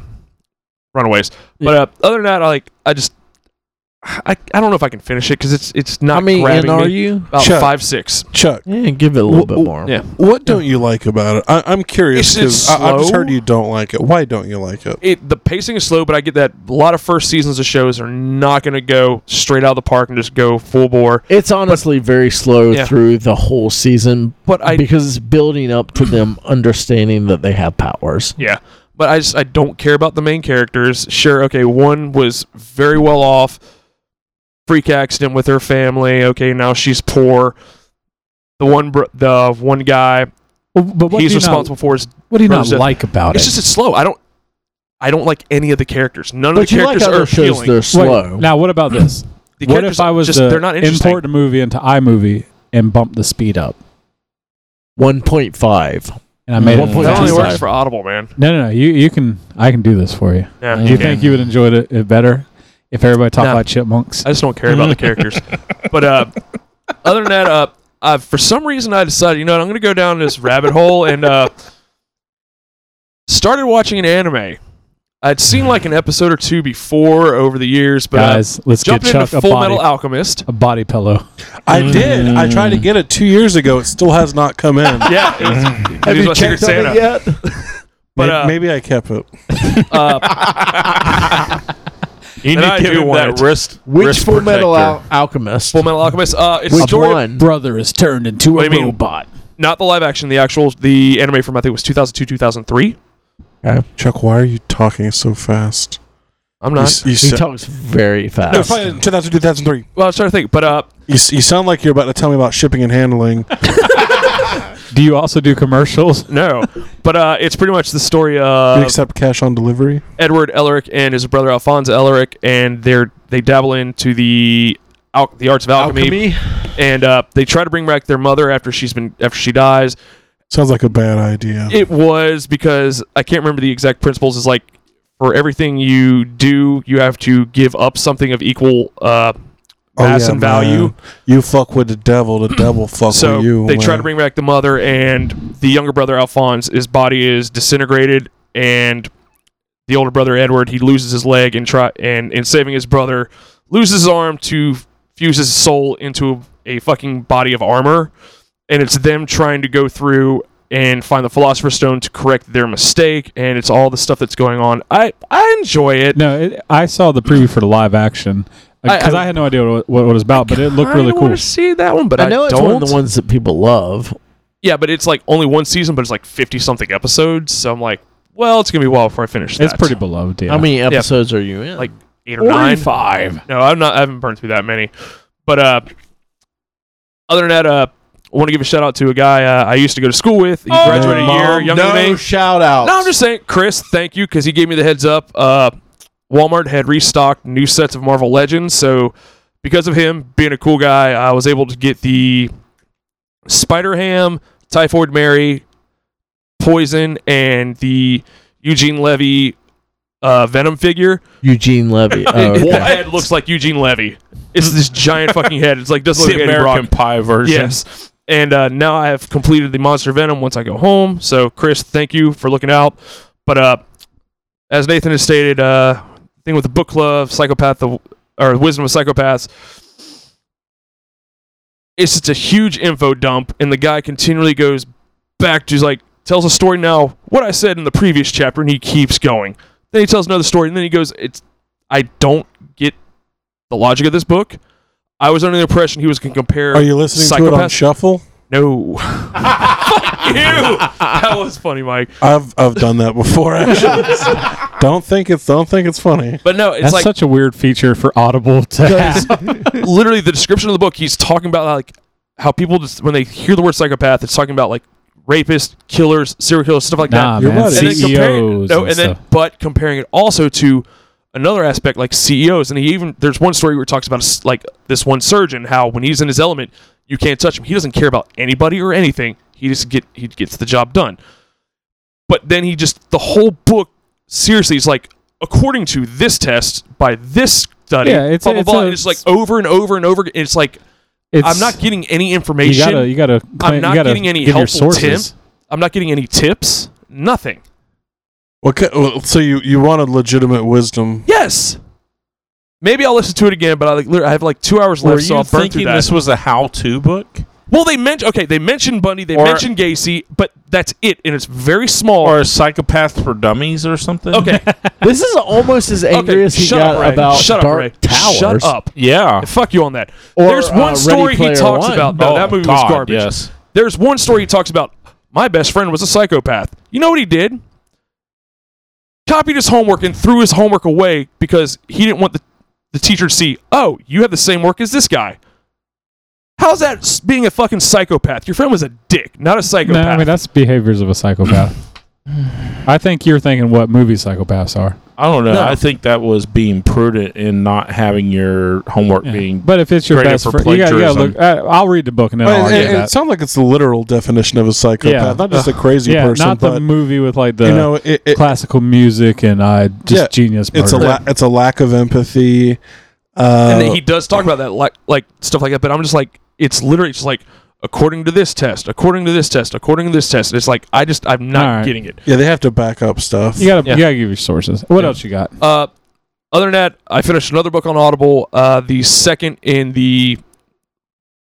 Runaways, but uh, other than that, I like I just I, I don't know if I can finish it because it's it's not
How many in
grabbing
are
me.
you?
About
Chuck.
five six.
Chuck,
Yeah, give it a little
Wh-
bit
wh-
more.
Yeah.
what don't you like about it? I, I'm curious
Is it
because I've just
slow?
heard you don't like it. Why don't you like it?
It the pacing is slow, but I get that a lot of first seasons of shows are not going to go straight out of the park and just go full bore.
It's honestly very slow
Yeah.
through the whole season,
But I
because it's building up to them understanding that they have powers.
Yeah. But I just I don't care about the main characters. Sure, okay, one was very well off, freak accident with her family. Okay, now she's poor. The one br- the one guy
Well, but what
he's
do you
responsible for is
Not, what do you not
Rose said-
like about
it's
it?
just it's slow. I don't I don't like any of the characters. None of
But
the
you like
characters are
other shows
appealing.
that are slow.
Now, what about this?
The
what
characters
if I was
just
to
they're not interesting.
import a movie into iMovie and bump the speed up?
One point five.
And I made
One
it.
point
That only
faster.
works for Audible, man.
No, no, no. You, you can. I can do this for you.
Yeah,
You
Do you
can.
think you would enjoy it, it better if everybody talked
No.
about chipmunks?
I just don't care about the characters. But uh, other than that, uh, i for some reason I decided, you know, what, I'm going to go down this rabbit hole and uh, started watching an anime. I'd seen like an episode or two before over the years, but uh,
Guys, let's get
jumping into
Chuck a
Full Metal
body,
Alchemist.
a body pillow.
I did. I tried to get it two years ago. It still has not come in.
Yeah, it was, it was my Secret Santa.
yet?
But,
May-
uh,
maybe I kept it.
Uh,
You
And I do want it.
wrist.
Which
wrist
Full Metal
protector.
Al- Alchemist?
Full Metal Alchemist. Uh, it's
Which
story of-
one?
Brother is turned into
What
a
do you mean?
robot.
not the live action, the actual the anime from I think it was 2002, 2003.
Chuck, why are you talking so fast?
I'm
You,
not.
s- you
he
sa-
talks very fast.
No, probably 2000, 2003.
Well, I was trying to think, but uh,
You, s- you sound like you're about to tell me about shipping and handling.
Do you also do commercials?
no. but uh, it's pretty much the story of
you accept cash on delivery?
Edward Elric and his brother Alphonse Elric, and they're they dabble into the al- the arts of alchemy, and uh, they try to bring back their mother after she's been after she dies.
Sounds like a bad idea.
It was because I can't remember the exact principles. Is like for everything you do, you have to give up something of equal uh,
Oh,
mass
yeah,
and value.
man. You fuck with the devil, the devil fuck
So
with you.
they try
man.
to bring back the mother, and the younger brother Alphonse, his body is disintegrated, and the older brother Edward, he loses his leg and try and in saving his brother, loses his arm to fuse his soul into a, a fucking body of armor, and it's them trying to go through and find the Philosopher's Stone to correct their mistake, and it's all the stuff that's going on. I I enjoy it.
No, it, I saw the preview for the live action
I-
because I,
I-
had no idea what, what, what it was about, but it looked really
I want
cool.
to see that one, but I,
I know it's
don't.
one of the ones that people love.
Yeah, but it's like only one season, but it's like fifty something episodes. So I'm like, well, it's gonna be a while before I finish. That.
It's pretty beloved. Yeah.
How many episodes are you in?
Like eight or nine.
five.
No, I'm not. I haven't burned through that many. But uh, other than that, uh, I want to give a shout out to a guy uh, I used to go to school with. He graduated a year younger
Oh, no
than me.
shout out.
No, I'm just saying, Chris, thank you because he gave me the heads up. Uh, Walmart had restocked new sets of Marvel Legends, so because of him being a cool guy, I was able to get the Spider Ham, Typhoid Mary, Poison, and the Eugene Levy uh, Venom figure.
Eugene Levy. Oh,
His
okay.
head looks like Eugene Levy. It's this giant fucking head. It's like doesn't
It's
look
the
like Eddie Brock.
American Pie version.
Yes. And uh, now I have completed the Monster Venom once I go home. So, Chris, thank you for looking out. But uh, as Nathan has stated, uh, thing with the book club, psychopath, the, or wisdom of psychopaths, it's just a huge info dump, and the guy continually goes back to he's like tells a story now what I said in the previous chapter, and he keeps going. Then he tells another story, and then he goes, "It's I don't get the logic of this book." I was under the impression he was going to compare.
Are you listening to it on
Psychopath-
shuffle?
no. Fuck you. That was funny, Mike.
I've I've done that before. Actually, don't think it's don't think it's funny.
But no, it's
That's
like
such a weird feature for Audible to have.
literally the description of the book. He's talking about like how people just when they hear the word psychopath, it's talking about like rapists, killers, serial killers, stuff like
Nah,
that.
You're
man.
right.
And then comparing,
CEOs.
no,
E and
E and then
stuff.
but comparing it also to another aspect like CEOs, and he even there's one story where it talks about s- like this one surgeon how when he's in his element, you can't touch him. He doesn't care about anybody or anything. He just get he gets the job done. But then he just the whole book seriously is like according to this test by this study.
Yeah, it's
blah,
a-
blah,
it's
blah,
a-
and it's like over and over and over. again. It's like
It's-
I'm not getting any
You
information.
gotta, you gotta. claim- you
not
gotta
getting any
give your
helpful
sources.
I'm not getting any tips. Nothing.
What? ki- well, So you you wanted legitimate wisdom?
Yes. Maybe I'll listen to it again, but I like literally- I have like two hours left,
Were
so
you
I'll burn through
thinking
that.
this was a how-to book
well, they mentioned okay, they mentioned Bundy, they
Or-
mentioned Gacy, but that's it, and it's very small.
or a psychopath for dummies or something?
okay,
This is almost as angry
okay,
as he
shut
got
up, Ray.
about
shut up,
Dark
Ray.
Towers.
Shut up.
Yeah.
Fuck you on that.
Or,
There's
uh,
one
Ready
story he
Player
talks
One.
about. No,
Oh,
that movie
God,
was garbage.
Yes.
There's one story he talks about. My best friend was a psychopath. You know what he did? Copied his homework and threw his homework away because he didn't want the, the teacher to see, oh, you have the same work as this guy. How's that s- being a fucking psychopath? Your friend was a dick, not a
No,
psychopath.
I mean that's behaviors of a psychopath. I think you're thinking what movie psychopaths are.
I don't know.
No.
I think that was being prudent in not having your homework being.
But if it's your
graded
best
for
friend, you gotta, you gotta
plagiarism.
look. I, I'll read the book and then I'll
Well, it,
argue
it,
that.
sounds like it's the literal definition of a psychopath,
Yeah.
not just a crazy
Yeah,
person.
not
but
the movie with like the
you know, it, it,
classical music and uh, just
Yeah,
genius.
it's a
murder.
la- it's a lack of empathy. Uh,
and he does talk about that like like stuff like that but i'm just like it's literally just like according to this test according to this test according to this test and it's like i just i'm not
All right.
getting it
yeah, they have to back up stuff.
You gotta,
Yeah.
you gotta give your sources. What else you got?
uh other than that i finished another book on audible uh the second in the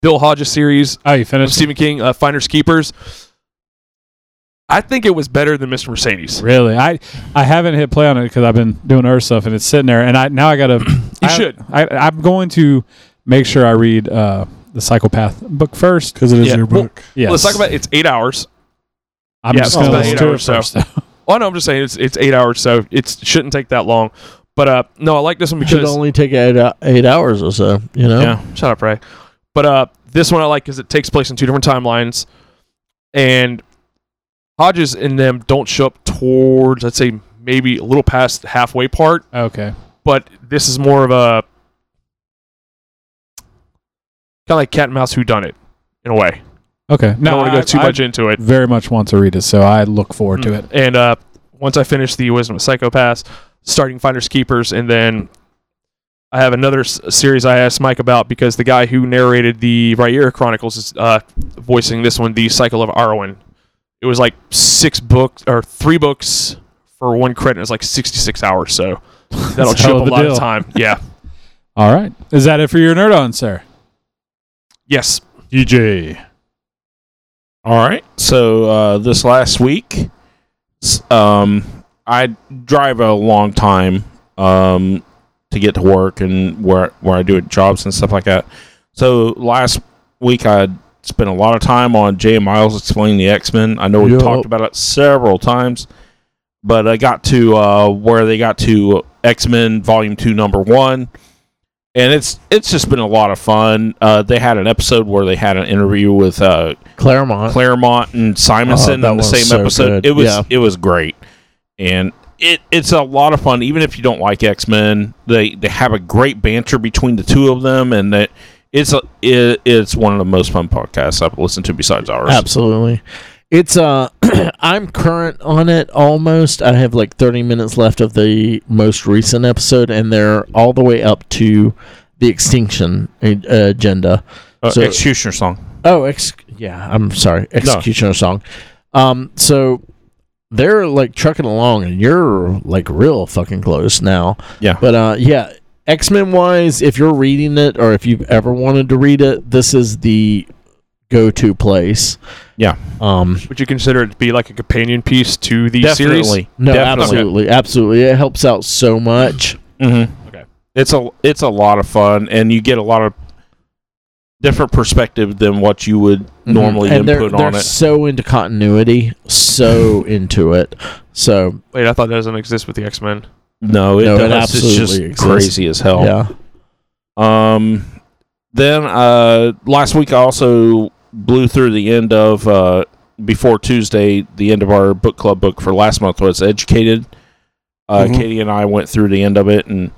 bill hodges series
Oh, you
of
finished?
stephen king uh, finders keepers i think it was better than mr mercedes
Really? I, I haven't hit play on it because I've been doing other stuff and it's sitting there. And I now I gotta. you I,
should.
I, I'm going to make sure I read uh, the psychopath book first.
because it is
Yeah,
your
well-
book.
Yes.
let's talk about it's eight hours
I'm
yeah,
just
it's
gonna
about
listen
eight
to it
hours, so.
first. though.
oh no i'm just saying it's it's eight hours so it shouldn't take that long but uh no i like this one because
Should only take eight, hou- eight hours or so, you know?
Yeah, shut up, Ray. But uh, this one I like because it takes place in two different timelines, and Hodges and them don't show up towards, I'd say, maybe a little past the halfway part.
okay.
But this is more of a kind of like cat and mouse who done it in a way.
Okay.
I don't want to go too
I
much into it.
Very much want to read it, so I look forward to it.
And uh, once I finish the Wisdom of Psychopaths, starting Finders Keepers, and then I have another s- series I asked Mike about because the guy who narrated the Rhaera Chronicles is uh, voicing this one, The Cycle of Arwen. It was like six books or three books for one credit. It was like 66 hours, so that'll
That's a
chip a
hell of a
lot
deal.
of time. Yeah.
All right. Is that it for your nerd on, sir?
Yes.
EJ.
All right. So uh, this last week, s- um, I drive a long time um, to get to work and where where I do at jobs and stuff like that. So last week I spent a lot of time on Jay Miles explaining the X Men. I know we
Yup.
talked about it several times, but I got to uh, where they got to X Men Volume Two, Number One, and it's it's just been a lot of fun. Uh, they had an episode where they had an interview with. Uh,
Claremont.
Claremont and
Oh,
Simonson
that
in the
one's
same
so
episode.
good.
It was
Yeah.
it was great, and it it's a lot of fun. Even if you don't like X Men, they they have a great banter between the two of them, and that it's a it, it's one of the most fun podcasts I've listened to besides ours.
Absolutely. It's uh, I'm current on it almost. I have like 30 minutes left of the most recent episode, and they're all the way up to the extinction uh, agenda.
Uh,
So-
Executioner song.
Oh, ex- yeah. I'm sorry, executioner song. Um, so they're like trucking along, and you're like real fucking close now.
Yeah.
But uh, yeah, X Men wise, if you're reading it or if you've ever wanted to read it, this is the go-to place.
Yeah.
Um.
Would you consider it to be like a companion piece to the series?
Definitely.
No,
Definitely.
absolutely, absolutely. It helps out so much.
Mm-hmm.
Okay.
It's a it's a lot of fun, and you get a lot of different perspective than what you would Mm-hmm. normally
and they're,
input
they're
on it.
so into continuity, so into it. So
Wait, I thought that doesn't exist with the X Men.
No, it,
No, it
does. it's just
absolutely exists.
crazy as hell.
yeah,
Um, then uh, last week I also blew through the end of uh, before Tuesday, the end of our book club book for last month was Educated. Uh,
Mhm.
Katie and I went through the end of it, and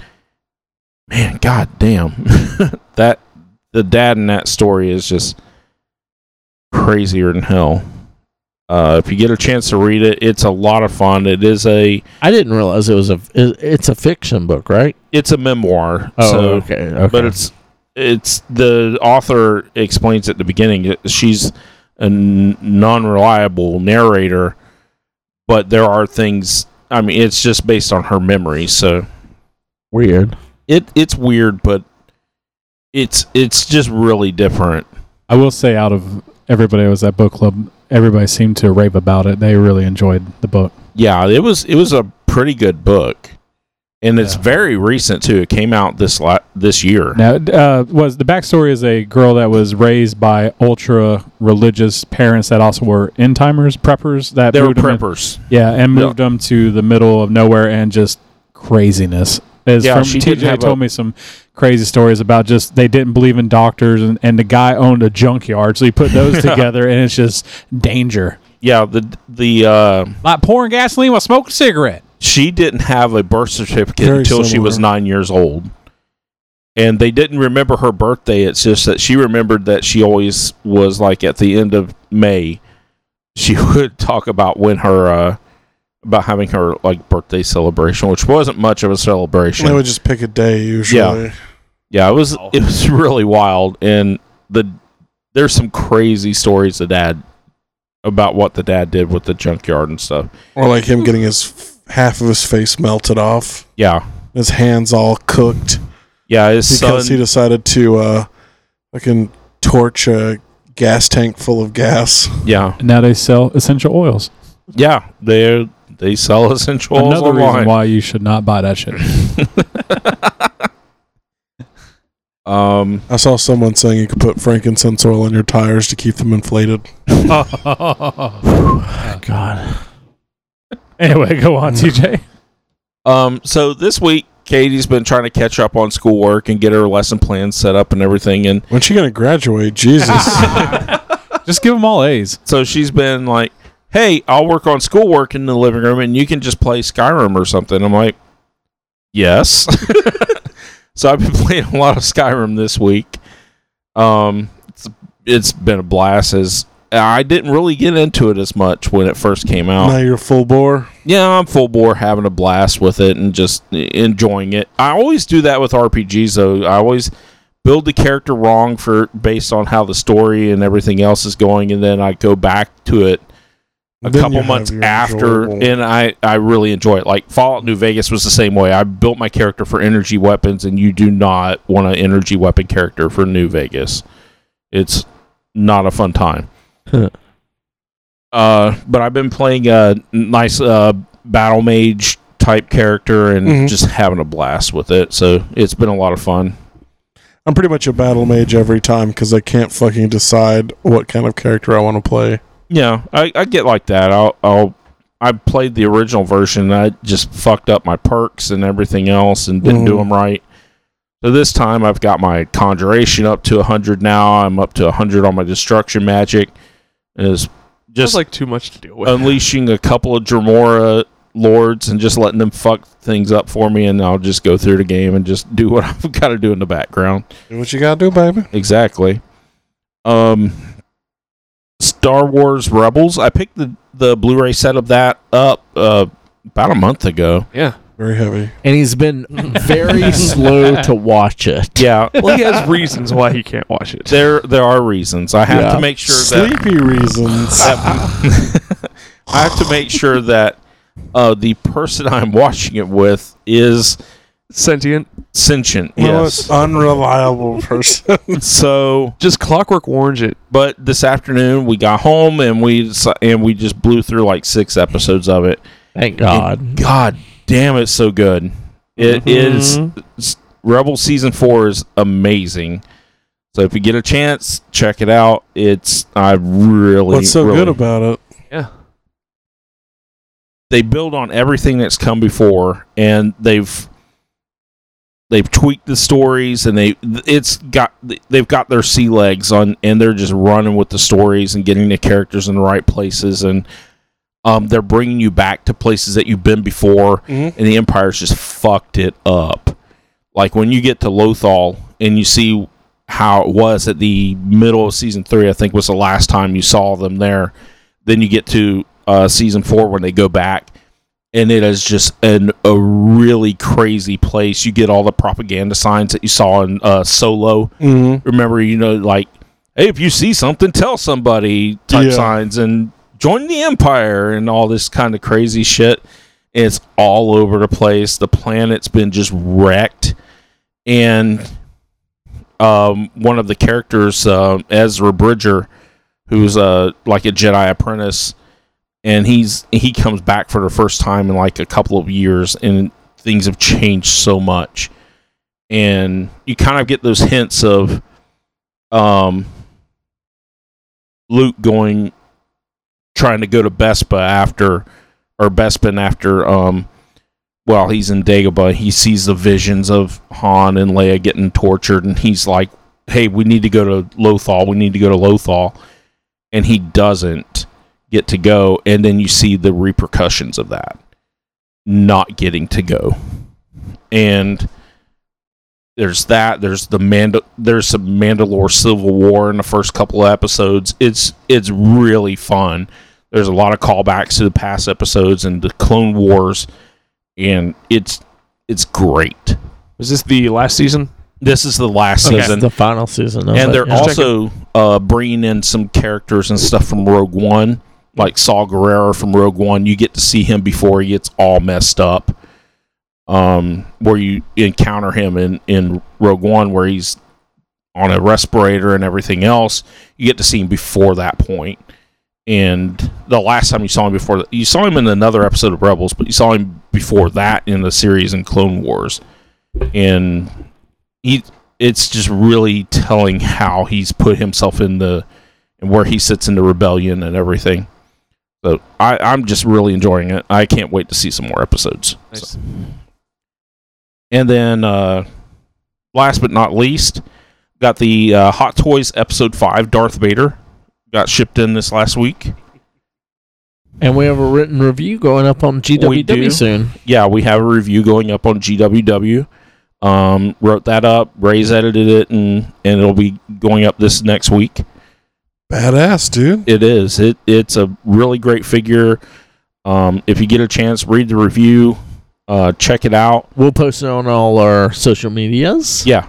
man, god damn, that the dad in that story is just crazier than hell. Uh, if you get a chance to read it, it's a lot of fun. It is a
I didn't realize it was a. it- It's a fiction book, right?
it's a memoir.
Oh,
so
Oh, okay, okay.
but it's it's the author explains at the beginning that she's a n- non-reliable narrator but there are things i mean it's just based on her memory so
weird.
it it's weird but it's it's just really different
I will say, out of everybody that was at book club, everybody seemed to rave about it. They really enjoyed the book.
yeah it was it was a pretty good book and it's
Yeah.
very recent too it came out this la- this year
Now, uh, was the backstory is a girl that was raised by ultra religious parents that also were end timers, preppers that
they were
moved 'em in-
preppers
yeah, and moved them to the middle of nowhere and just craziness. As
Yeah,
from
she did
TJ
have
told
a-
me some crazy stories about just they didn't believe in doctors and, and the guy owned a junkyard, so he put those together and it's just danger.
yeah the the uh
Like pouring gasoline while smoking a cigarette.
she didn't have a birth certificate
Very
until she
similar.
was nine years old. And they didn't remember her birthday. It's just that she remembered that she always was like at the end of May. She would talk about when her, uh, about having her like birthday celebration, which wasn't much of a celebration.
They would just pick a day usually.
yeah, it was, it was really wild. And the, there's some crazy stories the dad about what the dad did with the junkyard and stuff.
Or like him getting his f- half of his face melted off,
Yeah.
his hands all cooked
Yeah. His
because
son,
he decided to uh, fucking torch a gas tank full of gas.
yeah.
And now they sell essential oils.
Yeah, they they sell essential oils
Another reason
online.
why you should not buy that shit.
Um,
I saw someone saying you could put frankincense oil on your tires to keep them inflated.
God,
anyway, go on, TJ.
um, so this week Katie's been trying to catch up on schoolwork and get her lesson plan set up and everything, and
When's she gonna graduate? Jesus.
Just give them all A's.
so she's been like, "Hey, I'll work on schoolwork in the living room, and you can just play Skyrim or something." I'm like, "Yes." so I've been playing a lot of Skyrim this week. Um, it's, it's been a blast. As I didn't really get into it as much when it first came out.
now you're full bore.
yeah, I'm full bore having a blast with it and just enjoying it. I always do that with RPGs though. I always build the character wrong for based on how the story and everything else is going and then I go back to it a
Then you
couple
have
months
your
after
enjoyable-
and I I really enjoy it. Like Fallout New Vegas was the same way. I built my character for energy weapons and you do not want an energy weapon character for New Vegas. It's not a fun time. Uh, but I've been playing a nice uh, battle mage type character and
Mhm.
just having a blast with it. So it's been a lot of fun.
I'm pretty much a battle mage every time because I can't fucking decide what kind of character I want to play.
Yeah, I, I get like that. I'll, I'll I played the original version. And I just fucked up my perks and everything else and didn't do 'em do
Mhm.
them right. So this time I've got my conjuration up to hundred now. I'm up to hundred on my destruction magic. And It's
Just
just
like too much to deal with.
unleashing a couple of Dremora lords and just letting them fuck things up for me, and I'll just go through the game and just do what I've got to do in the background.
Do what you gotta do, baby.
Exactly. Um, s- Star Wars Rebels. I picked the the Blu-ray set of that up uh, about a month ago.
Yeah.
Very heavy.
and he's been very slow to watch it.
Yeah,
Well, he has reasons why he can't watch it.
there there are reasons. I have
Yeah.
to make sure that
Sleepy reasons.
I have to make sure that uh, the person I'm watching it with is
Sentient.
sentient.
Well, uh,
yes.
unreliable person.
so,
Just clockwork orange it.
but this afternoon we got home and we deci- and we just blew through like six episodes of it.
Thank God. Mm-hmm.
And God damn, it's so good. It is
Mm-hmm.
s- Rebel season four is amazing. So if you get a chance, check it out. It's I really
What's so
really-
good about it?
Yeah.
they build on everything that's come before and they've they've tweaked the stories and they it's got they've got their sea legs on and they're just running with the stories and getting the characters in the right places and um, they're bringing you back to places that you've been before
Mhm.
and the empire's just fucked it up like when you get to lothal and you see how it was at the middle of season three i think was the last time you saw them there then you get to uh, season four when they go back and it is just an, a really crazy place you get all the propaganda signs that you saw in uh, solo
Mm-hmm.
remember you know like hey if you see something tell somebody type
Yeah.
signs and join the empire and all this kind of crazy shit it's all over the place the planet's been just wrecked and um, one of the characters um ezra bridger who's uh, like a jedi apprentice and he's he comes back for the first time in like a couple of years and things have changed so much and you kind of get those hints of um, Luke going trying to go to Bespa after or Bespin after um well he's in Dagobah he sees the visions of Han and Leia getting tortured and he's like hey we need to go to Lothal we need to go to Lothal and he doesn't get to go and then you see the repercussions of that not getting to go and there's that there's the Manda- there's some Mandalore civil war in the first couple of episodes it's it's really fun there's a lot of callbacks to the past episodes and the clone wars and it's it's great
Was this the last season?
this is the last
This
season
is the final season, of
and
it,
they're
yeah.
also uh, bringing in some characters and stuff from Rogue One, like Saul Guerrero from Rogue One. You get to see him before he gets all messed up. Um, where you encounter him in in Rogue One, where he's on a respirator and everything else, you get to see him before that point. And the last time you saw him before, that, you saw him in another episode of Rebels, but you saw him before that in the series in Clone Wars. And he it's just really telling how he's put himself in the and where he sits in the rebellion and everything. So I, I'm just really enjoying it. I can't wait to see some more episodes. So- And then uh, last but not least, got the uh, Hot Toys episode five, Darth Vader. Got shipped in this last week.
and we have a written review going up on GWW
do.
soon.
yeah, we have a review going up on GWW. Um, wrote that up. Ray's edited it, and and it'll be going up this next week.
Badass, dude.
It is. It it's a really great figure. Um, if you get a chance, read the review, uh, check it out.
We'll post it on all our social medias.
Yeah,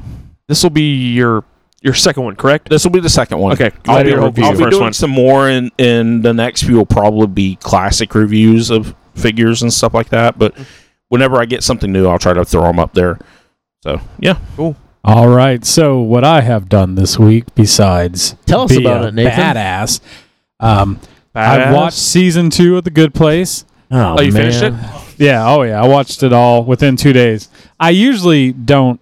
This will be your your second one, correct?
this will be the second one.
Okay,
I'll be,
I
I'll
didn't
be
review the
doing
first one.
some more, and and the next few will probably be classic reviews of figures and stuff like that. But whenever I get something new, I'll try to throw them up there. So yeah,
All right. So what I have done this week, besides
Tell us
be
about
a
it, Nathan.
badass, um, I watched season two of The Good Place.
Oh,
you finished
man.
Yeah. Oh yeah. I watched it all within two days. I usually don't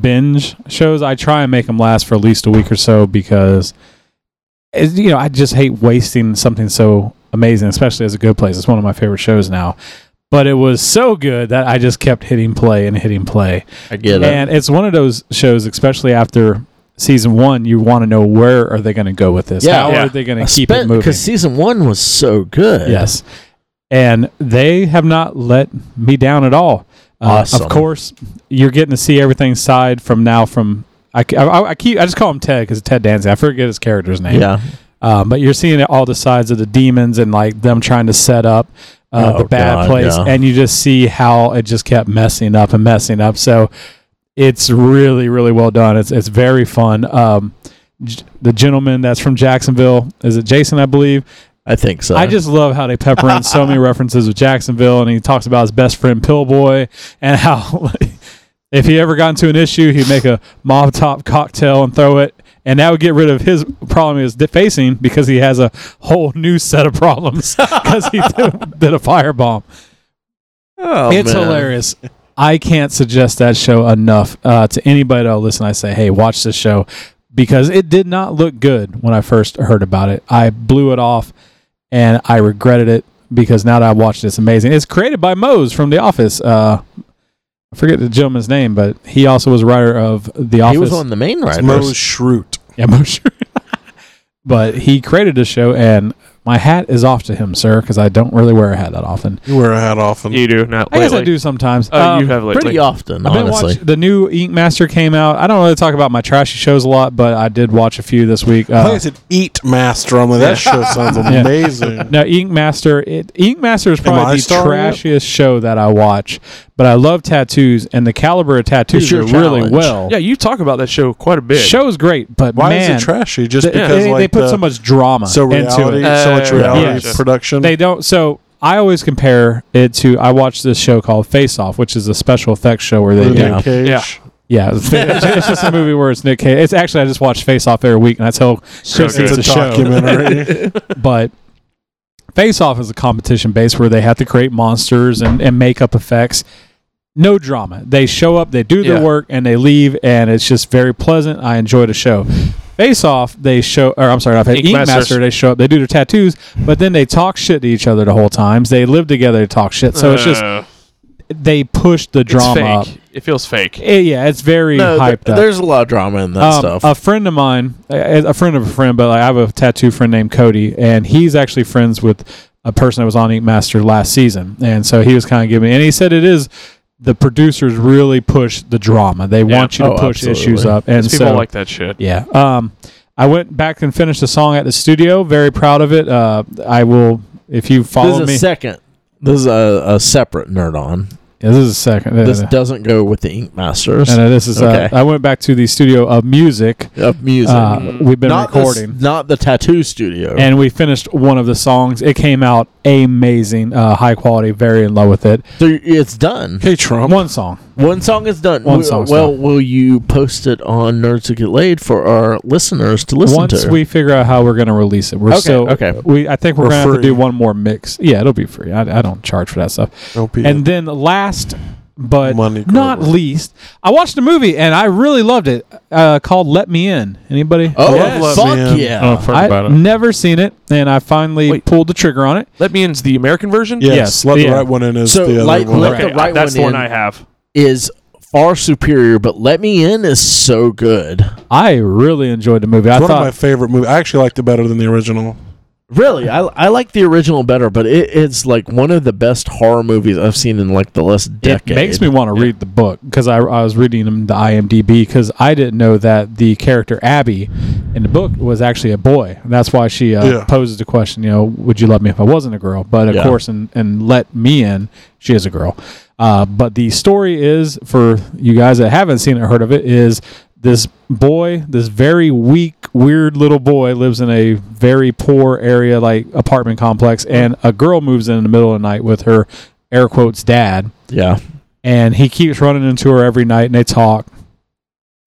binge shows. I try and make them last for at least a week or so because, as- you know, I just hate wasting something so amazing, especially as a good place. It's one of my favorite shows now. But it was so good that I just kept hitting play and hitting play.
I get it.
And it's one of those shows, especially after season one, you want to know where are they going to go with this?
Yeah.
How
Yeah.
are they going to keep it moving?
Because season one was so good.
Yes. And they have not let me down at all. Uh,
Awesome.
Of course, you're getting to see everything side from now from. I, I, I keep I just call him Ted because Ted Danzig. I forget his character's name.
Yeah.
Um, but you're seeing all the sides of the demons and like them trying to set up uh,
Oh,
the bad
God,
place,
yeah.
and you just see how it just kept messing up and messing up. So it's really really well done. It's it's very fun. Um, j- the gentleman that's from Jacksonville is it Jason? I believe
I think so.
I just love how they pepper in so many references with Jacksonville, and he talks about his best friend Pillboy and how if he ever got into an issue, he'd make a mob top cocktail and throw it, and that would get rid of his problem he was di- facing because he has a whole new set of problems because he did, did a firebomb.
oh,
it's
man.
hilarious. I can't suggest that show enough uh, to anybody that'll listen. I say, hey, watch this show because it did not look good when I first heard about it. I blew it off and I regretted it because now that I watched it, it's amazing. It's created by Mose from The Office. Uh, I forget the gentleman's name, but he also was a writer of The Office.
He was one of the main
It's
writers.
Moe's Shroot.
Yeah, Mo Schur- but he created the show, and my hat is off to him, sir, because I don't really wear a hat that often.
You wear a hat often.
Oh, You do not
I
lately.
guess I do sometimes.
Oh, you
Um,
have lately.
Pretty often,
I've been
honestly.
watching the new Ink Master came out. I don't really talk about my trashy shows a lot, but I did watch a few this week.
I think
Uh,
it's an Eat Master. I'm like, that show sounds amazing.
now, Ink Master, it, Ink Master is
I
probably the
starring it?
trashiest show that I watch, but I love tattoos and the caliber of tattoos
It's
are
your
really
challenge.
well.
Yeah, you talk about that show quite a bit.
show's great, but
Why
man,
is it trashy? Just
they,
because
they-
like
they put
the,
so much drama
so
into
reality,
it.
Uh,
so much
yeah.
reality
Yes.
production.
They don't. So I always compare it to I watched this show called Face Off, which is a special effects show where they
Luke
do
Cage.
Yeah.
Yeah, it's, it's just a movie where it's Nick Cage. It's actually I just watch Face Off every week, and I tell Chris it's,
good.
It's,
a,
a
show.
documentary.
But Face Off is a competition base where they have to create monsters and, and makeup effects. No drama. They show up, they do their
Yeah.
work, and they leave, and it's just very pleasant. I enjoy the show. Face Off, they show, or I'm sorry, I've had
Ink
Ink
Masters.
Master, they show up, they do their tattoos, but then they talk shit to each other the whole times. They live together to talk shit. So it's just,
Uh,
they push the drama
It's
up.
fake. It feels fake.
Eh, yeah, it's very
No, th-
hyped up.
there's a lot of drama in that
Um,
stuff.
A friend of mine, a a friend of a friend, but I have a tattoo friend named Cody, and he's actually friends with a person that was on Ink Master last season, and so he was kind of giving, and he said it is the producers really push the drama. They want you to
Oh,
push
absolutely.
issues up, and
People
so
like that shit.
yeah. Um, I went back and finished the song at the studio. Very proud of it. Uh, I will if you
this
follow
is
me.
a second. This is a, a separate nerd on.
Yeah, this is a second.
This doesn't go with the Ink Masters
No, no, this is.
Okay.
Uh, I went back to the studio of music.
of music.
Uh, we've been
not,
recording.
The, not the tattoo studio.
and we finished one of the songs. It came out amazing, uh, high quality, very in love with it.
so it's done.
hey Trump,
One song.
One song is done.
One
Well-
song's
well,
done.
will you post it on Nerds Who Get Laid for our listeners to listen
Once
to?
we figure out how we're going to release it, we're
Okay,
still
okay.
We I think we're,
We're
going to have to
free.
do one more mix. Yeah, it'll be free. I, I don't charge for that stuff.
Don't be
And then last, but
Money grabber.
not least, I watched a movie and I really loved it uh, called Let Me In. Anybody?
oh,
Yes. Love
fuck
Me In.
yeah.
I don't know
I
about it.
never seen it, and I finally
Wait.
pulled the trigger on it.
Let me in's the American version.
yes,
yes,
let
yeah.
the right one in is
So,
the other
like,
one.
let
Okay,
the right
that's
one
the
in.
one I have.
Is far superior, but Let Me In is so good.
I really enjoyed the movie. I
It's one
thought
of my favorite movies. I actually liked it better than the original.
Really, I, I like the original better, but it, it's like one of the best horror movies I've seen in like the last decade.
It makes me want to read the book because I, I was reading them the IMDb because I didn't know that the character Abby in the book was actually a boy. And that's why she uh,
Yeah.
poses the question, you know, would you love me if I wasn't a girl? But of
Yeah.
course, and, and let me in, she is a girl. Uh, but the story is for you guys that haven't seen it, or heard of it, is this boy, this very weak, weird little boy lives in a very poor area, like apartment complex, and a girl moves in in the middle of the night with her air quotes dad
Yeah.
and he keeps running into her every night and they talk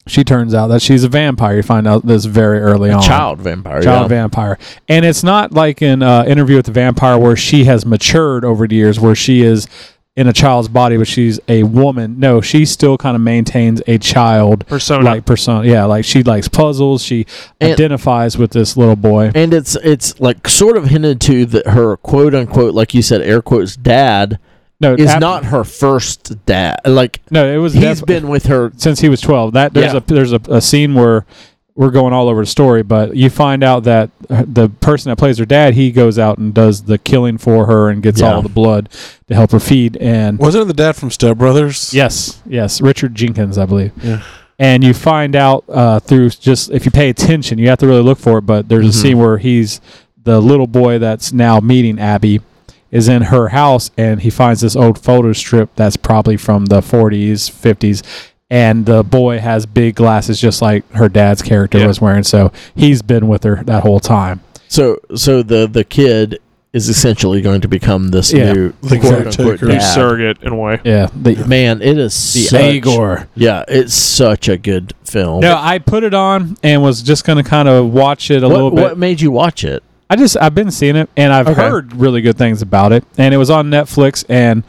she turns out that she's a vampire you find out this very early on
Child vampire.
Child
yeah.
vampire and it's not like in uh, interview with the vampire where she has matured over the years where she is in a child's body but she's a woman no she still kind of maintains a child
Oh,
Persona.
like persona yeah like she likes puzzles she
And-
identifies with this little boy
and it's it's like sort of hinted to that her quote unquote, like you said, air quotes dad
no
is
ab-
not her first dad. Like
no it was
he's
def-
been with her.
since he was 12 that there's
Yeah.
a there's a, a scene where we're going all over the story but you find out that uh, the person that plays her dad he goes out and does the killing for her and gets
Yeah.
all the blood to help her feed and
Wasn't it the dad from Step Brothers?
yes yes richard jenkins i believe
Yeah.
and you find out uh, through just if you pay attention, you have to really look for it. But there's a scene where he's the little boy that's now meeting Abby is in her house, and he finds this old photo strip that's probably from the 40s, 50s, and the boy has big glasses just like her dad's character
Yeah.
was wearing. So he's been with her that whole time.
So so the the kid is essentially going to become this
Yeah.
new
The
quote-unquote
caretaker.
New
dad.
surrogate in a way.
Yeah, the,
Man, it is
the
such,
Igor.
Yeah, it's such a good film.
No, I put it on and was just gonna kind of watch it a little
what,
bit.
what made you watch it?
I just I've been seeing it and I've
Okay.
heard really good things about it, and it was on Netflix, and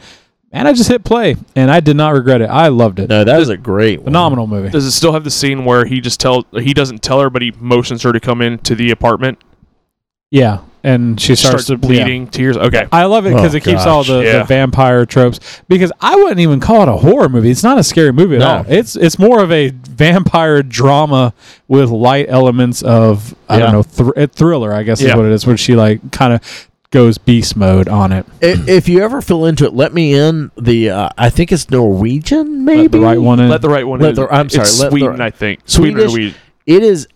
and I just hit play, and I did not regret it. I loved it.
No, that was a great one.
Phenomenal movie.
Does it still have the scene where he just tell he doesn't tell her, but he motions her to come into the apartment?
Yeah, and she starts,
Starts,
to
bleeding tears. Okay,
I love it because
Oh,
it keeps all the,
Yeah.
the vampire tropes. Because I wouldn't even call it a horror movie. It's not a scary movie at
No.
all. It's it's more of a vampire drama with light elements of I
Yeah.
don't know thr- a thriller. I guess is
Yeah.
what it is. Where she like kind of goes beast mode on it.
I- if you ever feel into it, let me in the. Uh, I think it's Norwegian, maybe
Let the right one in.
let the right one.
Let
in.
the- I'm
It's
sorry, let the-
Sweden, I think. Sweden or
Swedish?
Norwegian.
It is.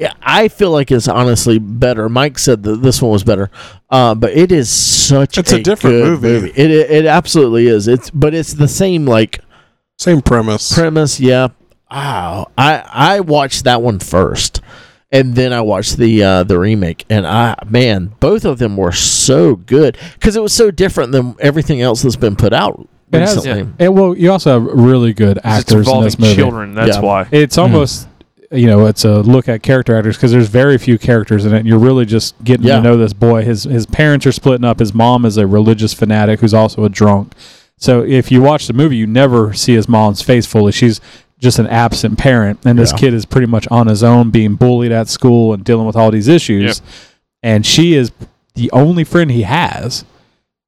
yeah, I feel like it's honestly better. Mike said that this one was better, uh, but it is such.
It's a different
good
movie.
It, it it absolutely is. It's but it's the same like
Same premise.
premise. Yeah. Wow. I I watched that one first, and then I watched the uh, the remake, and I man, both of them were so good because it was so different than everything else that's been put out
It has-
recently.
And well, you also have really good
'Cause It's
actors in
involving
this movie.
children. That's
Yeah.
why.
It's almost you know it's a look at character actors because there's very few characters in it. And you're really just getting
Yeah.
to know this boy. His his parents are splitting up. His mom is a religious fanatic who's also a drunk. So if you watch the movie, you never see his mom's face fully. She's just an absent parent, and this
Yeah.
kid is pretty much on his own, being bullied at school and dealing with all these issues. And she is the only friend he has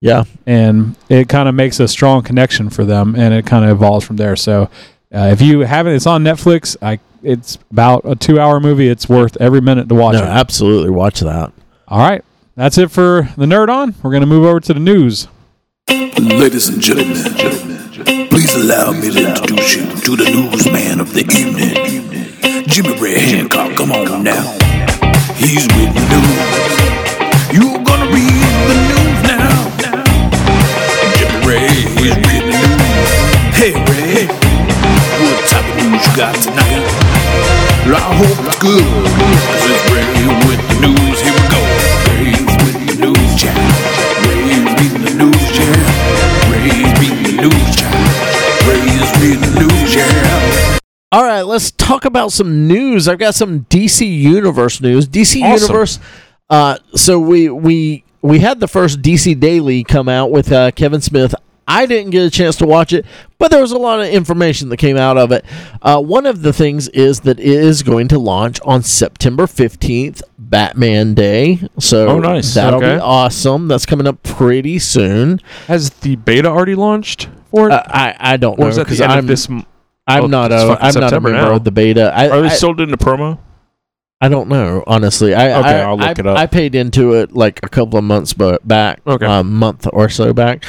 Yeah.
and it kind of makes a strong connection for them and it kind of evolves from there so uh, if you haven't it's on netflix i it's about a two hour movie it's worth every minute to watch
No,
it
absolutely. Watch that.
all right that's it for the nerd on we're going to move over to the news
Ladies and gentlemen, please allow me to introduce you to the newsman of the evening, Jimmy Red Hancock. Come on now, he's with the news. You're gonna read the news now. Jimmy Red is with the news. Hey Red, what type of news you got tonight? Well, I hope it's good. This is Ray with the news. Here we go. Ray's with the news jam. Ray's with the news jam. Ray's with the news jam. Ray's with the news jam.
All right, let's talk about some news. I've got some DC Universe news. DC
Awesome.
Universe. Uh, so we we we had the first DC Daily come out with uh, Kevin Smith. I didn't get a chance to watch it, but there was a lot of information that came out of it. Uh, one of the things is that it is going to launch on September fifteenth, Batman Day. So
Oh, nice.
that'll
Okay.
be awesome. That's coming up pretty soon.
Has the beta already launched for it?
Uh, I I don't
or
know
is that
because
the end
I'm
of this? m-
I'm
oh,
not
it's
a
fucking
I'm not a
September
member
now.
of the beta. I,
Are they
I-
still doing the promo?
I don't know, honestly. I
Okay,
I,
I'll look
I-
it up.
I paid into it like a couple of months bu- back,
Okay.
a month or so back.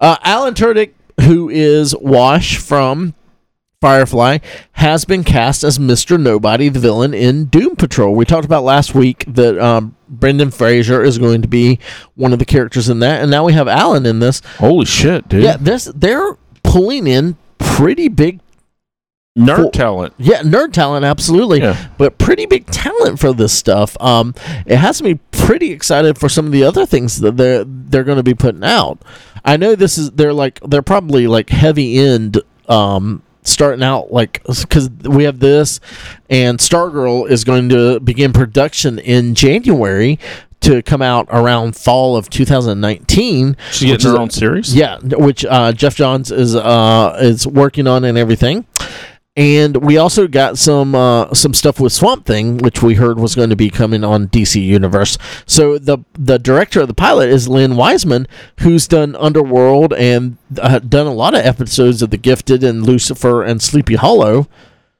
Uh, Alan Turdick, who is Wash from Firefly, has been cast as Mister Nobody, the villain in Doom Patrol. We talked about last week that um, Brendan Fraser is going to be one of the characters in that, and now we have Alan in this.
Holy shit, dude!
Yeah, this they're pulling in pretty big
nerd
Full-
talent.
yeah, nerd talent, absolutely.
Yeah.
But pretty big talent for this stuff. Um, it has me pretty excited for some of the other things that they're they're going to be putting out. I know this is they're like they're probably like heavy end. Um, starting out like because we have this, and Stargirl is going to begin production in January to come out around fall of 2019.
She getting
which is
her
a-
own series.
yeah, n- which uh, Jeff Johns is uh, is working on and everything. And we also got some uh, some stuff with Swamp Thing, which we heard was going to be coming on DC Universe. So the the director of the pilot is Lynn Wiseman, who's done Underworld and uh, done a lot of episodes of The Gifted and Lucifer and Sleepy Hollow.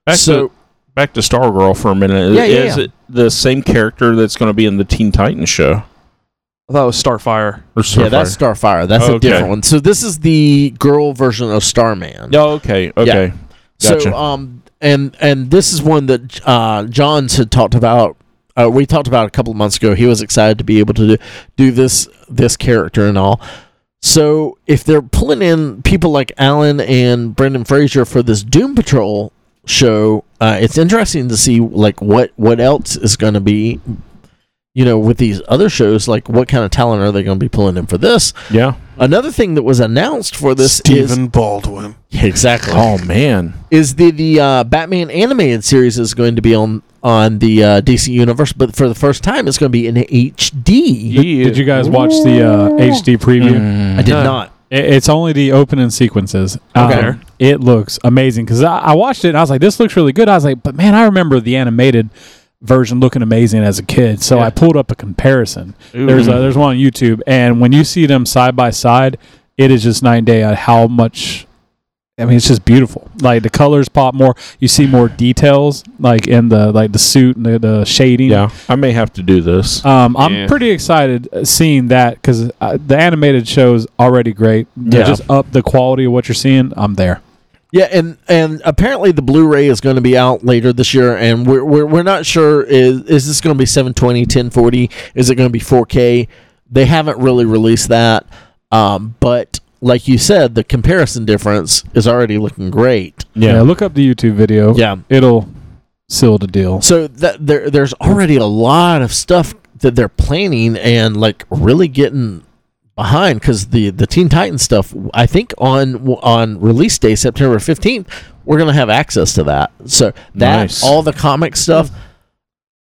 Back
so
to back to Stargirl for a minute.
Yeah, yeah,
is
yeah.
it the same character that's going to be in the Teen Titans show?
I thought it was Starfire.
Or
yeah, that's
Starfire?
Starfire. That's a
Okay.
different one. So this is the girl version of Starman.
Oh, okay, okay.
So
Gotcha.
um and and this is one that uh, Johns had talked about. Uh, we talked about a couple of months ago. He was excited to be able to do, do this this character and all. So if they're pulling in people like Alan and Brendan Fraser for this Doom Patrol show, uh, it's interesting to see like what what else is going to be. You know, with these other shows, like what kind of talent are they going to be pulling in for this?
Yeah.
Another thing that was announced for this
Stephen Baldwin.
is exactly
Oh man.
is the the uh, Batman animated series is going to be on on the uh, DC universe, but for the first time, it's going to be in HD.
Did you guys watch the uh, HD preview?
Mm-hmm.
Mm. I did not.
It- It's only the opening sequences. Um,
Okay.
It looks amazing because I, I watched it and I was like, this looks really good. I was like, but man, I remember the animated version looking amazing as a kid. So I pulled up a comparison. There's a, there's one on YouTube, and when you see them side by side, it is just night and day on how much. I mean, it's just beautiful. Like the colors pop more. You see more details, like in the like the suit and the, the shading.
Yeah. I may have to do this.
Um, I'm
Yeah.
pretty excited uh, seeing that because uh, the animated show is already great. Yeah.
Yeah.
Just up the quality of what you're seeing. I'm there.
Yeah, and and apparently the Blu-ray is going to be out later this year, and we're we're, we're not sure is is this going to be 720, 1040? Is it going to be 4K? They haven't really released that, um, but like you said, the comparison difference is already looking great.
Yeah. look up the YouTube video.
Yeah,
It'll seal the deal.
So that there, there's already a lot of stuff that they're planning and like really getting behind because the the Teen Titans stuff. I think on on release day September 15th, we're gonna have access to that. So that
Nice.
all the comic stuff,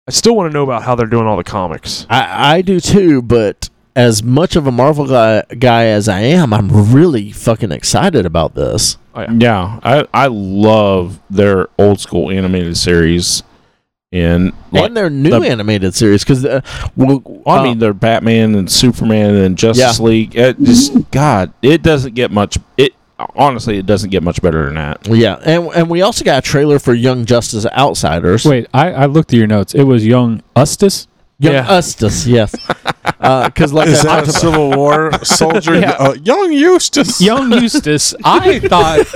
I still want to know about how they're doing all the comics.
I, I do too. But as much of a Marvel guy, guy as I am, I'm really fucking excited about this.
Yeah, I I love their old school animated series, and like,
and their new
the-
animated series because uh, we'll,
I mean their Batman and Superman and Justice League. It just God, it doesn't get much. It honestly, it doesn't get much better than that.
yeah, and and we also got a trailer for Young Justice Outsiders.
Wait, I, I looked at your notes. It was Young Ustis.
Young
Yeah.
Eustace, yes. Because like
Is
the
that a
octopus,
Civil War soldier? Uh, young Eustace.
Young Eustace. I thought.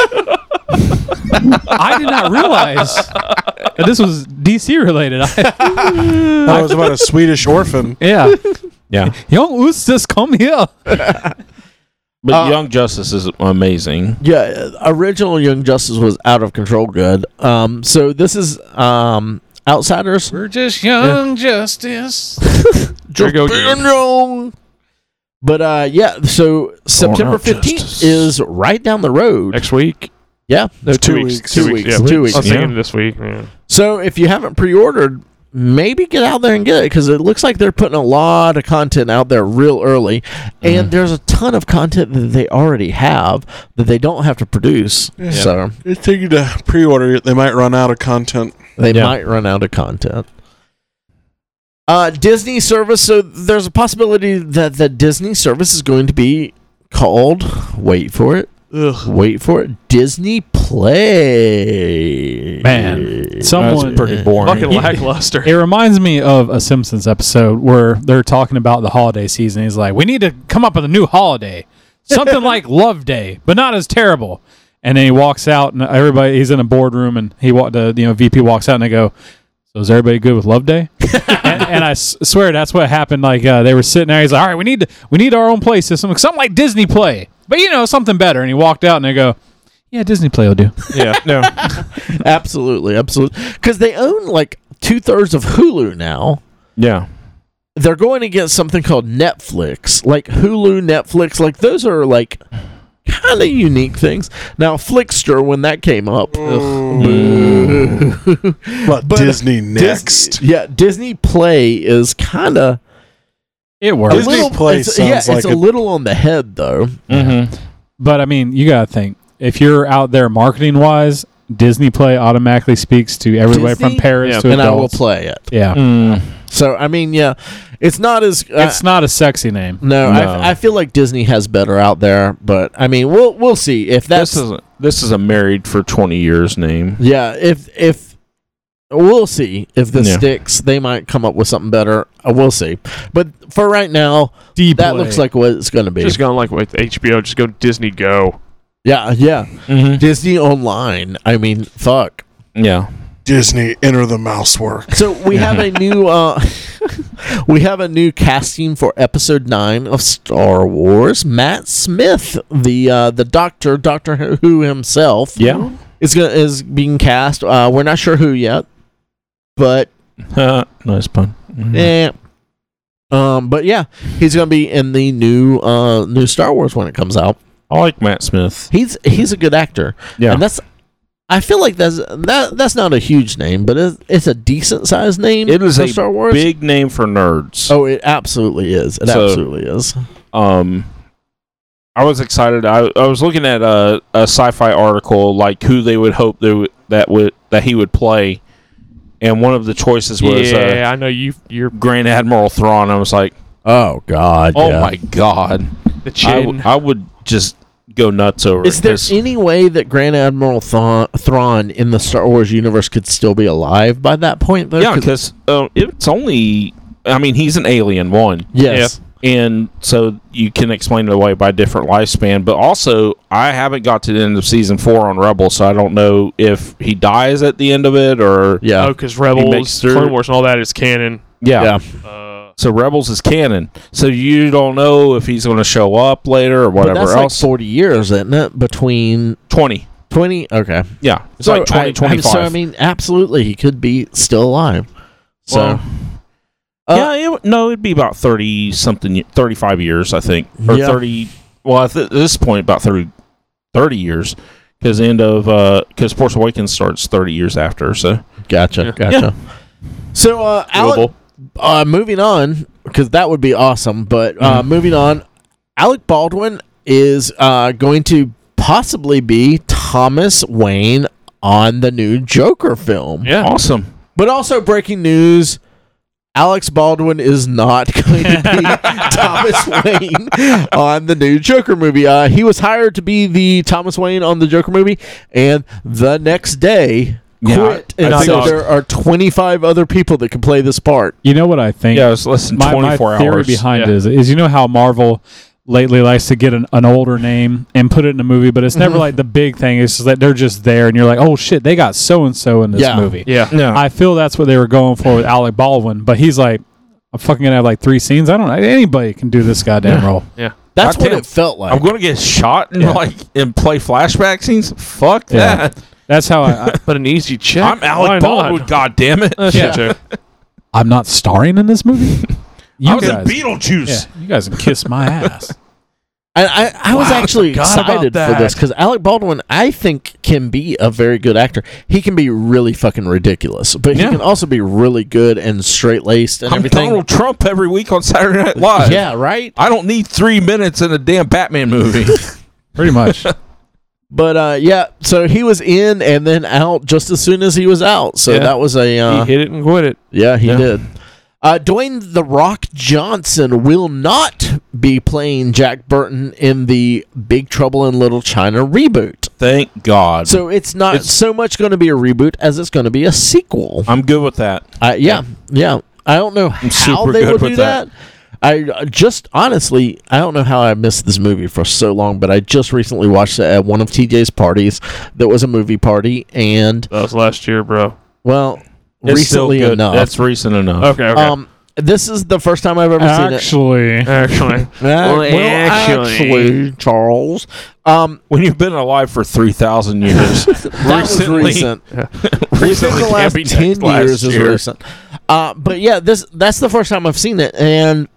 I did not realize that this was DC related. I,
That was about a Swedish orphan.
yeah.
Yeah,
Young Eustace, come here.
but Young Justice is amazing.
yeah, uh, original Young Justice was out of control good. Um, so this is um, Outsiders.
We're just Young Justice.
There you go
Just
again.
being wrong. But uh, yeah, so September
out,
fifteenth
Justice.
is right down the road.
Next week?
Yeah,
No,
two weeks.
Two,
Two
weeks.
weeks,
Yeah.
two weeks,
I was thinking
yeah.
this week. Yeah.
So if you haven't pre-ordered, maybe get out there and get it because it looks like they're putting a lot of content out there real early,
Mm-hmm.
and there's a ton of content that they already have that they don't have to produce. So
They figured to pre-order it, they might run out of content.
they
Yeah.
might run out of content. Uh, Disney service. So there's a possibility that the Disney service is going to be called. Wait for it. Wait for it. Disney Play.
Man, someone-
That's pretty boring.
Fucking lackluster.
It reminds me of a Simpsons episode where they're talking about the holiday season. He's like, "We need to come up with a new holiday, something like Love Day, but not as terrible." And then he walks out, and everybody he's in a boardroom, and he walked the you know VP walks out, and they go, "So is everybody good with Love Day?" and, and I s- swear that's what happened. Like uh, they were sitting there, he's like, "All right, we need to, we need our own play system, something like Disney Play, but you know something better." And he walked out, and they go, "Yeah, Disney Play will do."
yeah, no,
Absolutely, absolutely. Because they own like two thirds of Hulu now.
yeah,
They're going to get something called Netflix, like Hulu, Netflix. Like those are like kind of unique things. Now, Flickster, when that came up,
Mm.
boo.
But,
But
Disney next.
Dis- yeah, Disney Play is kind of
It
a
works.
Disney
little.
Play
it's,
sounds
yeah, it's
like
a,
a-
little on the head though.
mm-hmm.
But I mean, you gotta think if you're out there marketing wise, Disney Play automatically speaks to everybody
Disney?
from Paris
Yeah,
to
and I will
adults.
play Mm. it.
Yeah,
Mm.
So I mean, yeah, it's not as uh,
it's not a sexy name.
No,
No.
I, I feel like Disney has better out there, but I mean, we'll we'll see if that's
This is a, this is a married for twenty years name.
yeah. If if we'll see if this
Yeah.
sticks, they might come up with something better. Uh, we'll see, but for right now,
D
that looks like what it's going to be.
Just going like with HBO, just go Disney Go.
Mm-hmm.
yeah, yeah. Disney Online. I mean, fuck.
Yeah.
Disney, enter the mouse work.
So we have a new uh, we have a new casting for episode nine of Star Wars. Matt Smith, the uh, the Doctor, Doctor Who himself,
Yeah.
is gonna, is being cast. Uh, we're not sure who yet, but
nice pun.
eh. um, but yeah, he's gonna be in the new uh, new Star Wars when it comes out.
I like Matt Smith.
He's he's a good actor.
Yeah.
and that's. I feel like that's that. That's not a huge name, but it's, it's a decent sized name.
It is
for
a
Star Wars.
Big name for nerds.
Oh, it absolutely is. It
So-
absolutely is.
um I was excited. I, I was looking at a, a sci-fi article like who they would hope they would, that would that he would play, and one of the choices was
yeah, I know you. You're
uh, Grand Admiral Thrawn. I was like,
Oh God!
oh my god,
the
I,
chin.
w- I would just go nuts over.
Is
it.
there
Just-
any way that Grand Admiral Thrawn, Thrawn in the Star Wars universe could still be alive by that point? Though,
yeah,
'Cause-
because it's only. I mean, he's an alien one.
yes,
and so you can explain it away by different lifespan. But also, I haven't got to the end of season four on Rebel, so I don't know if he dies at the end of it or
yeah,
oh, because Rebels,
makes their-
Clone Wars, and all that is canon.
yeah.
Yeah.
Uh,
So Rebels is canon, so you don't know if he's going to show up later or
But
whatever
that's
else.
like forty years, isn't it? Between
twenty,
twenty, okay,
yeah, it's
So
like
I- I-
twenty twenty
So I
five.
mean, absolutely, he could be still alive. So
Well,
uh,
yeah, it, no, it'd be about thirty something, thirty five years, I think, or
Yeah.
thirty. Well, at th- this point, about 30, 30 years, because end of because Force Awakens starts thirty years after. So
gotcha, gotcha. So, uh, Alec,
Doable.
uh, moving on because that would be awesome. But uh, moving on, Alec Baldwin is uh, going to possibly be Thomas Wayne on the new Joker film.
yeah.
awesome.
But also breaking news. Alex Baldwin is not going to be Thomas Wayne on the new Joker movie. Uh, he was hired to be the Thomas Wayne on the Joker movie, and the next day
Yeah,
quit.
I- I
and
think
so
it's-
there are 25 other people that could play this part.
You know what I think?
Yeah, it's less than
my, my
24
theory
hours.
behind
Yeah.
it is is you know how Marvel lately likes to get an, an older name and put it in a movie, but it's
Mm-hmm.
never like the big thing. It's just that they're just there, and you're like, oh shit, they got so and so in this
Yeah.
movie.
Yeah.
No.
I feel that's what they were going for with Alec Baldwin, but he's like, I'm fucking gonna have like three scenes. I don't know. Anybody can do this goddamn role.
That's
I
what
can't-
it felt like.
I'm going to get shot and
Yeah.
like and play flashback scenes. Fuck
Yeah.
that.
That's how I, I
But an easy check.
I'm
Why
Alec
not?
Baldwin. God damn it.
That's
Yeah.
a joke.
I'm not starring in this movie. You
I was
guys,
in Beetlejuice.
yeah, you guys can kiss my ass.
And I, I was
Wow, I
actually
forgot about
excited for
that.
this because Alec Baldwin, I think, can be a very good actor. He can be really fucking ridiculous, but
Yeah.
he can also be really good and straight laced and
I'm
everything.
Donald Trump every week on Saturday Night Live.
yeah, right.
I don't need three minutes in a damn Batman movie.
Pretty much.
But uh, yeah, so he was in and then out just as soon as he was out. So
Yeah.
that was a uh,
he hit it and quit it.
yeah, he
Yeah.
did. Uh, Dwayne the Rock Johnson will not be playing Jack Burton in the Big Trouble in Little China reboot.
Thank God.
So it's not
It's-
so much going to be a reboot as it's going to be a sequel.
I'm good with that.
I yeah, yeah. I don't know how
super
they
good
would
with
do that. I uh, just honestly, I don't know how I missed this movie for so long, but I just recently watched it at one of TJ's parties that was a movie party, and
That was last year, bro.
well,
It's still
recently
good.
enough.
That's recent enough.
Okay. Okay.
Um, this is the first time I've ever seen it.
Actually,
Actually,
Uh,
well, actually.
Charles. Um,
When you've been alive for 3,000 years,
that was recent. Within
Recently
the
can't
last
be next
ten
last
years is
year.
recent. Uh, but yeah, this that's the first time I've seen it, and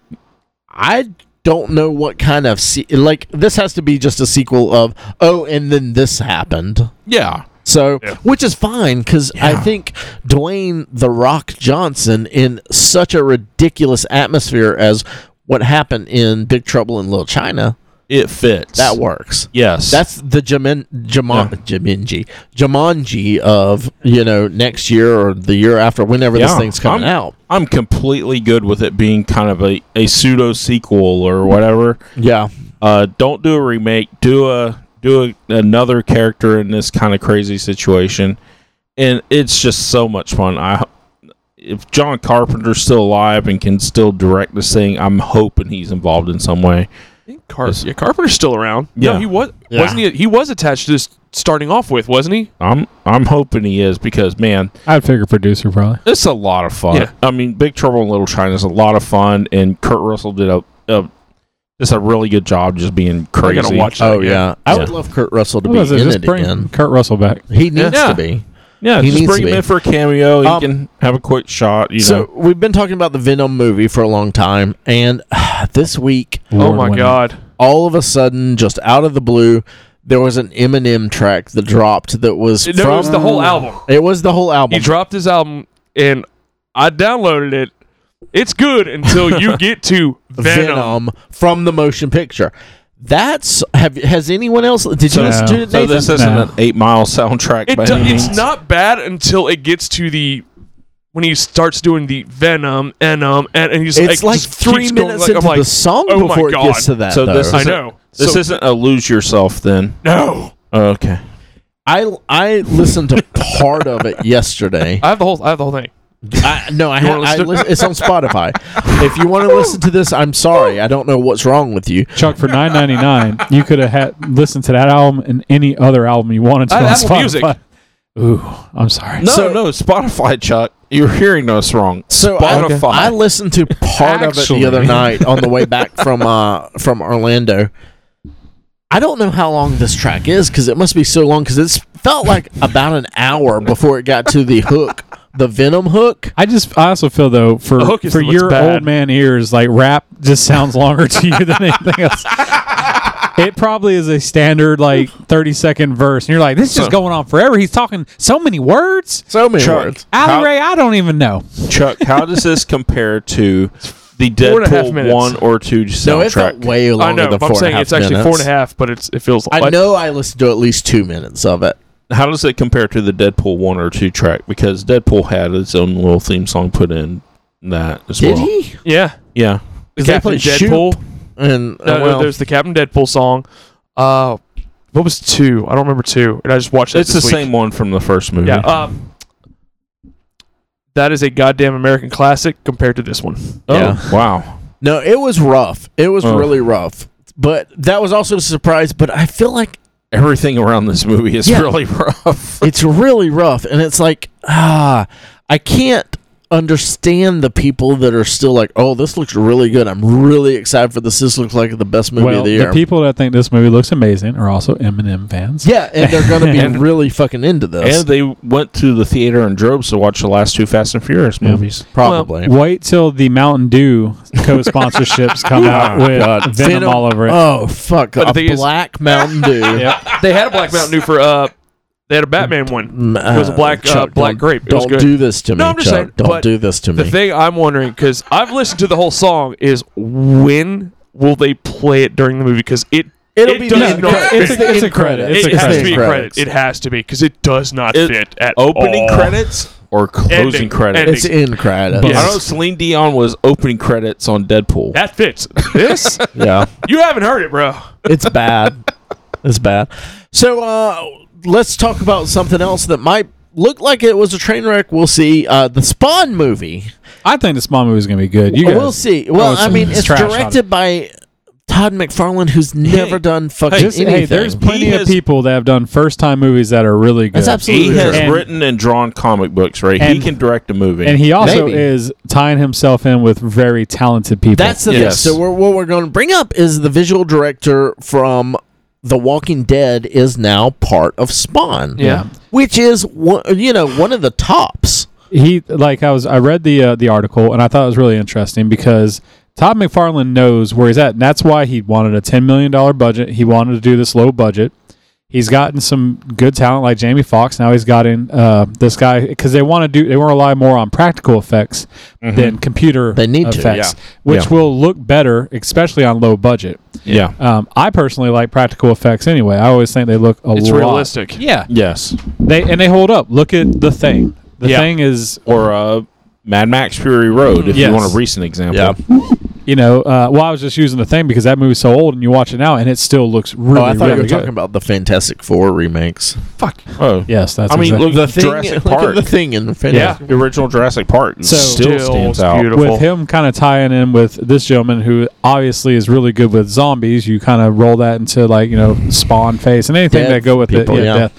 I don't know what kind of se- like this has to be just a sequel of oh, and then this happened.
yeah.
So,
Yeah.
which is fine because I
Yeah.
think Dwayne the Rock Johnson in such a ridiculous atmosphere as what happened in Big Trouble in Little China
It fits.
that works.
Yes.
That's the Jamin, Jaman, Jumanji, Jumanji of you know next year or the year after, whenever this
Yeah,
thing's coming
I'm-
out.
I'm completely good with it being kind of a, a pseudo sequel or whatever.
Yeah,
Uh, don't do a remake. Do a do a, another character in this kind of crazy situation, and it's just so much fun. I if John Carpenter's still alive and can still direct this thing, I'm hoping he's involved in some way
Car- yeah, Carpenter's still around.
Yeah.
No, he was.
Yeah.
Wasn't he? He was attached to this starting off with, wasn't he?
I'm I'm hoping he is because man,
I'd figure producer probably.
it's a lot of fun.
Yeah.
I mean, Big Trouble in Little China is a lot of fun, and Kurt Russell did a, a just a really good job just being crazy.
I gotta watch. That
Oh
again.
yeah, I
Yeah.
would love Kurt Russell to
What
be
was it?
in
Just
it
bring
again.
Kurt Russell back.
He needs
Yeah.
to be.
Yeah,
He
just
needs
bring
to
him
be.
in for a cameo. He
Um,
can have a quick shot. You
so
know,
we've been talking about the Venom movie for a long time, and this week,
Oh
Lord
my
willing.
God.
all of a sudden, just out of the blue, there was an Eminem track that dropped that was
It
from
was the whole album.
It was the whole
He
album.
dropped his album, and I downloaded it. It's good until you get to Venom.
Venom. from the motion picture. That's have has anyone else did you
So-
listen to it?
so
Nathan?
this isn't
no.
an Eight Mile soundtrack.
It
by
do-
any
it's
means.
not bad until it gets to the when he starts doing the Venom, Enum, and, and he's
it's like
just
three
keeps going,
minutes
like, I'm
into
like,
the song
oh my
before it
God.
gets to that.
So
though.
this
I
is-
know.
This
So-
isn't a lose yourself then.
no.
Okay.
I I listened to part of it yesterday.
I have the whole. I have the whole thing.
I, no, I,
You
ha-
wanna
I
listen to-
lis- it's on Spotify. if you want to listen to this, I'm sorry. I don't know what's wrong with you.
Chuck for nine ninety nine. You could have had listened to that album and any other album you wanted to
I
on
have Apple
Spotify.
Music.
Ooh, I'm sorry.
No,
So-
no, Spotify, Chuck. You're hearing us wrong.
So I,
Spotify.
I listened to part of it
Actually.
the other night on the way back from uh from Orlando. I don't know how long this track is because it must be so long because it felt like about an hour before it got to the hook, the Venom hook.
I just I also feel though for
The hook is
for
that looks
your
bad.
old man ears, like rap just sounds longer to you than anything else. It probably is a standard like thirty second verse, and you're like, this is just going on forever. He's talking so many words.
So many
Chuck,
words.
Allie
How-
Ray, I don't even know.
Chuck, how does this compare to the
Four and a half
Deadpool
minutes.
one or two
No, it felt
soundtrack?
way longer
I know.
than four
but I'm
and a
saying
half
it's actually
minutes.
four and a half, but it's it feels.
I
like,
know I listened to at least two minutes of it.
how does it compare to the Deadpool one or two track? Because Deadpool had its own little theme song put in that as well.
he?
Yeah.
Yeah.
The
'Cause they
Captain
play Shoop.
Deadpool.
And
No,
uh,
no,
well,
there's the Captain Deadpool song. Uh, what was two? I don't remember two. And I just watched. that
It's the
this week.
same one from the first movie.
Yeah. Um, that is a goddamn American classic compared to this one.
oh,
yeah.
wow.
no, it was rough. It was
Oh.
really rough. But that was also a surprise. But I feel like
Everything around this movie is
Yeah.
really rough.
it's really rough, and it's like ah, I can't understand the people that are still like, oh, this looks really good. I'm really excited for this. This looks like the best movie
Well,
of the
the,
year.
people that think this movie looks amazing are also Eminem fans.
yeah, and they're gonna be
And-
really fucking into this.
and they went to the theater in droves to watch the last two Fast and Furious movies.
probably.
Wait till the Mountain Dew co-sponsorships come out with Venom, all over it.
Oh fuck!
But the
a
thing is-
black Mountain Dew.
They had a Black Mountain Dew for uh, they had a Batman one.
Mm,
It was a black, uh, black
don't-
grape. It was
Don't
good.
do this to me.
No, I'm just
Chuck.
saying,
Don't
but
do this to
The
me.
thing I'm wondering because I've listened to the whole song is when will they play it during the movie? Because it
It'll
it
be
does
the end
not
credit.
fit.
It's a- it's a credit. It's
it
a
has to
credit.
be a
Credits.
credit. It has to be because it does not
It-
fit at
Opening
all.
credits or closing
Oh. Ending.
credits?
Ending.
It's in credits.
But-
I know Celine Dion was opening credits on Deadpool.
That fits. This
Yeah,
you haven't heard it, bro.
it's bad. It's bad. So uh, let's talk about something else that might look like it was a train wreck. We'll see. Uh, the Spawn movie.
I think this small movie is going to be good. You guys, Oh,
we'll see. Well,
it's-
I mean,
it's
it's
trash,
directed by Todd McFarlane, who's never done fucking
Just-
anything.
hey, there's plenty
He
of
has-
people that have done first-time movies that are really good.
That's absolutely
He has
true.
And-
written and drawn comic books, right? he
and-
can direct a movie.
And he also
Maybe.
is tying himself in with very talented people.
That's the
Yes.
thing. So we're, what we're going to bring up is the visual director from The Walking Dead is now part of Spawn.
Yeah.
which is one, you know one of the tops.
he like I was I read the uh, the article and I thought it was really interesting because Todd McFarlane knows where he's at and that's why he wanted a 10 million dollar budget. He wanted to do this low budget. He's gotten some good talent like Jamie Foxx. Now he's gotten uh, this guy because they want to do they want to rely more on practical effects than computer
Mm-hmm. They need to,
effects,
yeah.
which
Yeah.
will look better, especially on low budget.
yeah.
Um, I personally like practical effects anyway. I always think they look a
It's
lot.
realistic.
Yeah,
Yes.
they and they hold up. Look at the thing. The
Yeah.
thing is
Or uh, Mad Max Fury Road, if
Yes.
you want a recent example.
Yeah.
you know, uh, well, I was just using the thing because that movie's so old, and you watch it now, and it still looks really,
oh, I thought
really
you were
good.
talking about the Fantastic Four remakes.
Oh,
yes, that's.
I mean,
exact-
look
The
the
thing,
Jurassic
look at
Park.
the thing in the Fantastic.
The original Jurassic Park
So-
still stands out.
beautiful.
with him kind of tying in with this gentleman who obviously is really good with zombies. You kind of roll that into like you know spawn face and anything
Death
that go with
people,
it.
yeah.
death.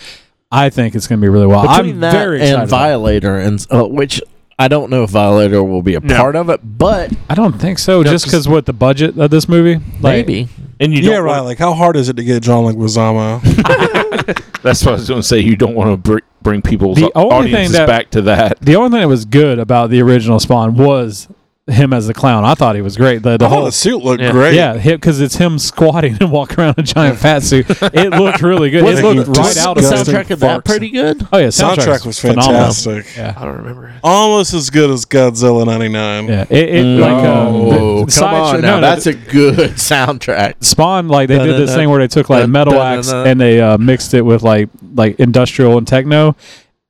I think it's going to be really wild.
Between
I'm
that
very excited.
and
about it.
Violator, and uh, which I don't know if Violator will be a
No.
part of it, but
I don't think so.
No,
just
'cause-
because what the budget of this movie? Like,
maybe.
And you
yeah,
don't
right.
wanna-
Like, how hard is it to get John Leguizamo? Oh,
That's what I was going to say. You don't want to br- bring people's
The only
audiences
thing that-
back to that.
The only thing that was good about the original Spawn was him as the clown. I thought he was great. The, the
The whole
whole
suit looked
Yeah.
Oh, great.
yeah, because it's him squatting and walking around in a giant fat suit. It looked really good. it
Wasn't
looked
he
right out of
the
something.
disgusting?
soundtrack of that
farts.
pretty good.
Oh yeah, soundtrack's
Soundtrack was
phenomenal.
fantastic.
I don't remember. it.
Almost as good as Godzilla '99.
Yeah, it, it like
Oh,
um,
come on now, that's a good soundtrack.
Spawn like they did this
Dun-dun-dun.
thing where they took like metal acts
Dun-dun-dun.
and they uh, mixed it with like like industrial and techno,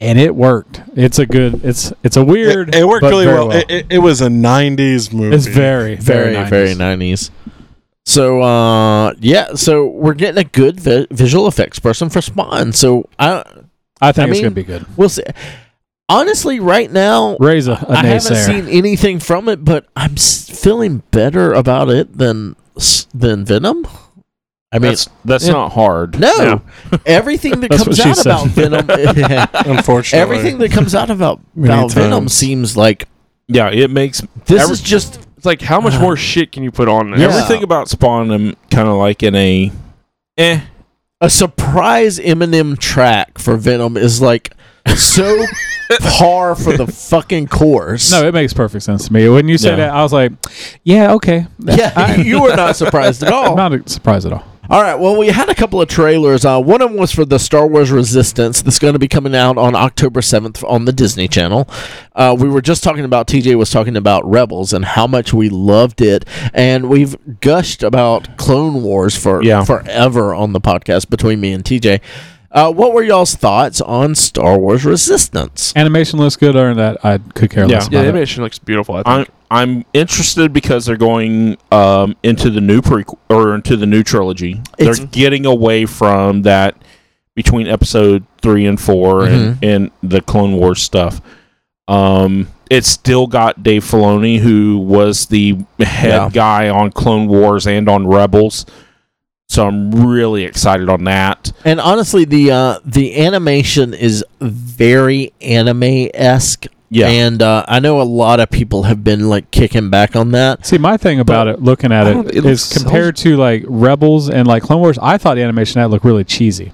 and it worked. It's a good. It's it's a weird.
It, it worked
but
really
very
well. It, it, it was a '90s movie.
it's very
very very 90s so uh yeah so we're getting a good vi- visual effects person for spawn so i
I think
I
it's
mean-
gonna be good.
we'll see honestly right now
Raise a, a
i haven't
naysayer.
seen anything from it but i'm s- feeling better about it than s- than venom i mean
that's that's
yeah.
not hard.
no everything that
That's
comes
what she
out
said.
about venom
unfortunately.
everything that comes out about,
Many
about venom
times.
seems like
Yeah, it makes
this
Every-
is just
It's like how
Uh,
much more shit can you put on this?
Yeah.
everything about Spawn. I'm kind of like in a eh.
a surprise Eminem track for Venom is like so par for the fucking course.
No, it makes perfect sense to me. When you say
Yeah.
that, I was like, yeah, okay.
yeah, you were not surprised at all.
I'm not surprised at all.
All right, well, we had a couple of trailers. Uh, one of them was for the Star Wars Resistance that's going to be coming out on October 7th on the Disney Channel. Uh, we were just talking about, TJ was talking about Rebels and how much we loved it. And we've gushed about Clone Wars for
Yeah.
forever on the podcast between me and TJ. Uh, what were y'all's thoughts on Star Wars Resistance?
Animation looks good, or that I could care
Yeah.
less
Yeah,
about.
the
it.
animation looks beautiful. I
I'm
think.
I'm interested because they're going um, into the new prequel or into the new trilogy.
It's-
they're getting away from that between episode three and 4
Mm-hmm.
and, and the Clone Wars stuff. Um, it's still got Dave Filoni, who was the head
Yeah.
guy on Clone Wars and on Rebels. So I'm really excited on that.
And honestly, the uh, the animation is very anime esque.
Yeah.
And uh, I know a lot of people have been like kicking back on that.
See, my thing about it, looking at
I don't-
it, is
it looks so-
compared to like Rebels and like Clone Wars, I thought the animation that looked really cheesy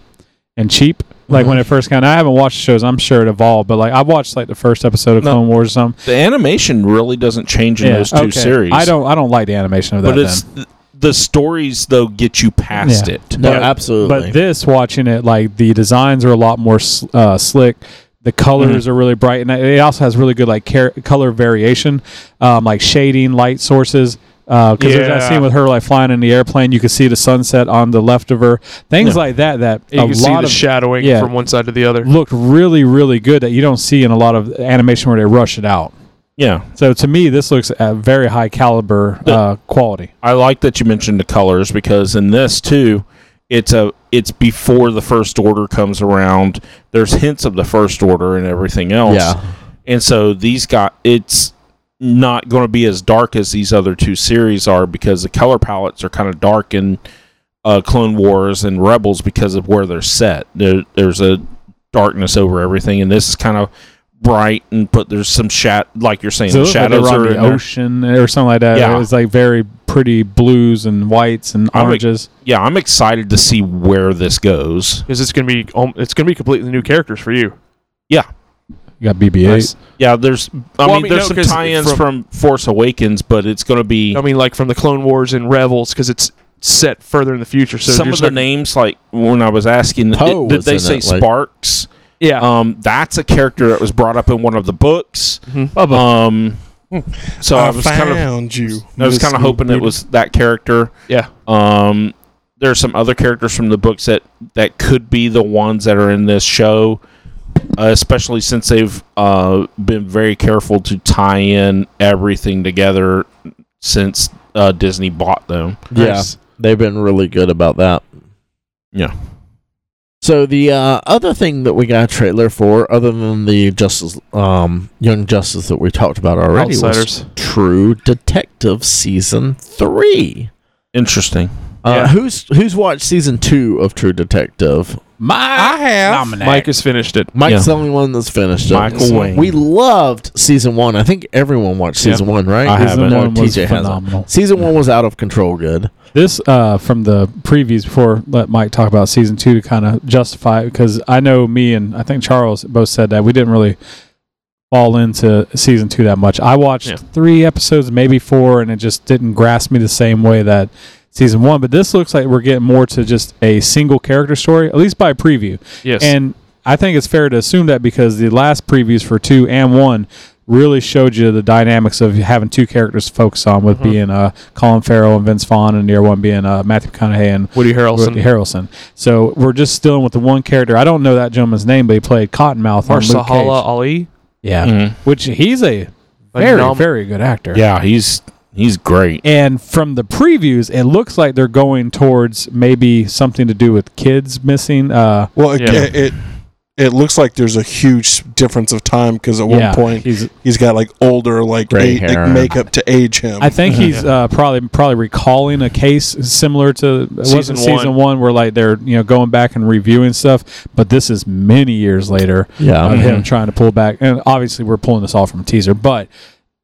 and cheap. Like when
Mm-hmm.
it first came out, I haven't watched the shows. I'm sure it evolved, but like I watched like the first episode of
No.
Clone Wars. Or something.
The animation really doesn't change in those two
okay.
series.
I don't. I don't like the animation of that.
but it's
then.
th- the stories though get you past
Yeah.
it.
No,
But-
absolutely.
But this, watching it, like the designs are a lot more s- uh, slick. The colors
Mm-hmm.
are really bright, and it also has really good like car- color variation, um, like shading, light sources. Because there's that
Yeah.
scene with her like flying in the airplane, you can see the sunset on the left of her. Things
Yeah.
like that. That
And
a
you can see
lot
the
of
shadowing
yeah.
from one side to the other.
looked really, really good that you don't see in a lot of animation where they rush it out.
Yeah,
So to me, this looks at very high caliber
The-
uh, quality.
I like that you mentioned the colors because in this too, it's a it's before the first order comes around. There's hints of the first order and everything else.
Yeah.
and so these got it's not going to be as dark as these other two series are because the color palettes are kind of dark in uh, Clone Wars and Rebels because of where they're set. There, there's a darkness over everything, and this is kind of bright and put there's some shat like you're saying
So it
the
looked like
shadows
they were
are
on
in
the
there.
ocean or something like that.
Yeah.
It was like very pretty blues and whites and
I'm like-
oranges.
yeah, I'm excited to see where this goes.
Because it's gonna be um, it's gonna be completely new characters for you.
you got BB-8.
Nice.
Yeah, there's. I,
Well, I
mean,
mean,
there's
no,
some
'cause
tie-ins from, Force Awakens, but it's going to be
I mean, like from the Clone Wars and Rebels, because it's set further in the future. So
some of
you're just
the
not-
names. Like when I was asking, did-
Poe
did,
was
they
in
say
it, like-
Sparks?
yeah,
Uh-huh.
Um, that's a character that was brought up in one of the books.
Mm-hmm. Uh,
Um,
Hmm.
so I
I
Uh,
was
found
kind of,
you.
I was kind of hoping it was that character.
yeah.
Um, there are some other characters from the books that that could be the ones that are in this show, uh, especially since they've uh, been very careful to tie in everything together since uh, Disney bought them.
Yeah, they've been really good about that.
Yeah.
So the uh, other thing that we got a trailer for, other than the Justice, um, Young Justice that we talked about already, was
Outsiders.
True Detective season three.
Interesting.
Uh,
Yeah.
Who's who's watched season two of True Detective?
My I have
Mike has finished it.
Mike's the only one that's finished. it.
Michael
So
Wayne.
We loved season one. I think everyone watched season one, right?
I
Season
haven't.
No,
one was
TJ hasn't.
phenomenal.
Season one was out of control. Good.
This uh, from the previews before. Let Mike talk about season two to kind of justify because I know me and I think Charles both said that we didn't really fall into season two that much. I watched
Yeah.
three episodes, maybe four, and it just didn't grasp me the same way that season one. But this looks like we're getting more to just a single character story, at least by preview.
Yes.
And I think it's fair to assume that because the last previews for two and one really showed you the dynamics of having two characters to focus on, with being uh, Colin Farrell and Vince Vaughn, and the other one being uh, Matthew McConaughey and
Woody Harrelson.
Woody Harrelson. So we're just dealing with the one character. I don't know that gentleman's name, but he played Cottonmouth
Marsala
on Luke Cage.
Ali.
Yeah,
Mhm.
which he's a very
Phenom-
very good actor.
Yeah, he's he's great.
And from the previews, it looks like they're going towards maybe something to do with kids missing. Uh,
Well, it,
Yeah.
it, it it looks like there's a huge difference of time because at
yeah,
one point
he's
he's got like older like,
Gray
a- like,
hair.
makeup to age him.
I think he's uh, probably probably recalling a case similar to it
Season
wasn't season
one.
one. where like they're you know going back and reviewing stuff, but this is many years later
Yeah.
of him
Mhm.
trying to pull back. And obviously, we're pulling this all from a teaser, but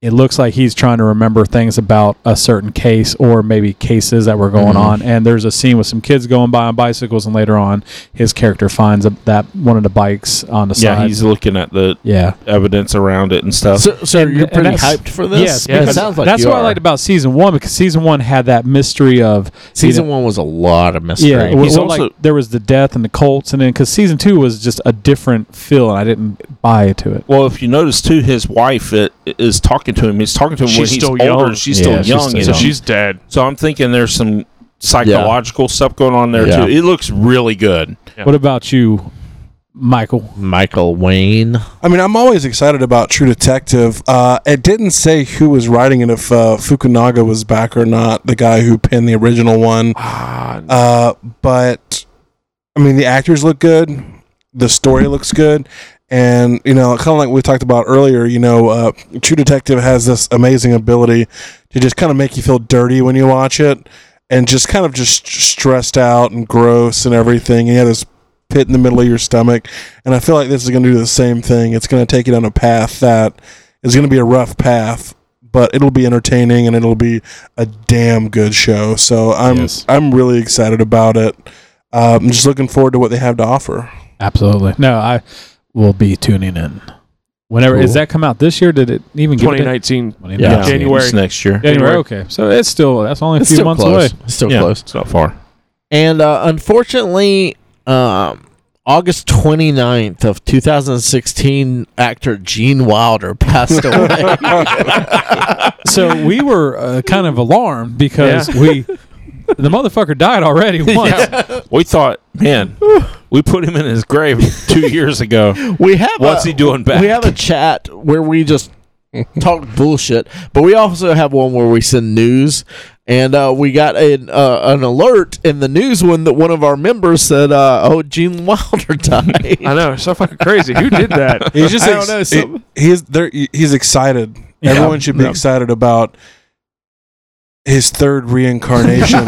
it looks like he's trying to remember things about a certain case or maybe cases that were going on. And there's a scene with some kids going by on bicycles, and later on, his character finds a, that one of the bikes on the
Yeah,
side.
he's looking at the
yeah,
evidence around it and stuff.
So, so
And-
you're
and
pretty
that's-
hyped for this?
Yes,
Yeah,
because
it sounds like
that's
you
what I
are.
liked about season one because season one had that mystery of you
Season
know,
one was a lot of mystery.
Yeah, well,
He's
well,
also-
like there was the death and the Colts, and then because season two was just a different feel, and I didn't buy into it.
well, if you notice too, his wife i- is talking to him. He's talking to him when
She's
he's
still
older.
young.
and She's
Yeah,
still
she's
young.
still
and
So
young.
she's-
she's dead.
so I'm thinking there's some psychological stuff going on there
Yeah.
too. It looks really good.
Yeah.
What about you, Michael?
Michael Wayne.
I mean, I'm always excited about True Detective. Uh, it didn't say who was writing it, if uh, Fukunaga was back or not, the guy who penned the original one.
Ah,
Uh, but I mean, the actors look good, the story looks good, and you know, kind of like we talked about earlier. You know, uh, True Detective has this amazing ability to just kind of make you feel dirty when you watch it, and just kind of just stressed out and gross and everything. And you have this pit in the middle of your stomach. And I feel like this is going to do the same thing. It's going to take you down a path that is going to be a rough path, but it'll be entertaining and it'll be a damn good show. So I'm
Yes.
I'm really excited about it. Uh, I'm just looking forward to what they have to offer.
Absolutely. No, I will be tuning in. Whenever is
Cool.
that come out this year? Did it even get
2019.
Yeah.
January.
It's next year.
January. Okay, so it's still that's only a few months
close.
away.
It's still
Yeah,
close.
It's not far.
And uh, unfortunately, um, August 29th of 2016, actor Gene Wilder passed away.
So we were uh, kind of alarmed because we the motherfucker died already once.
We thought, man, we put him in his grave two years ago.
we have
What's
a,
he doing back?
Uh, We have a chat where we just talk bullshit, but we also have one where we send news. And uh, we got an uh, an alert in the news one that one of our members said, uh, "Oh, Gene Wilder died."
I know. It's so fucking crazy. Who did that?
He's just
I don't know, some-
he- he's there. He's excited.
Yeah.
Everyone should be
Yeah.
excited about his third reincarnation,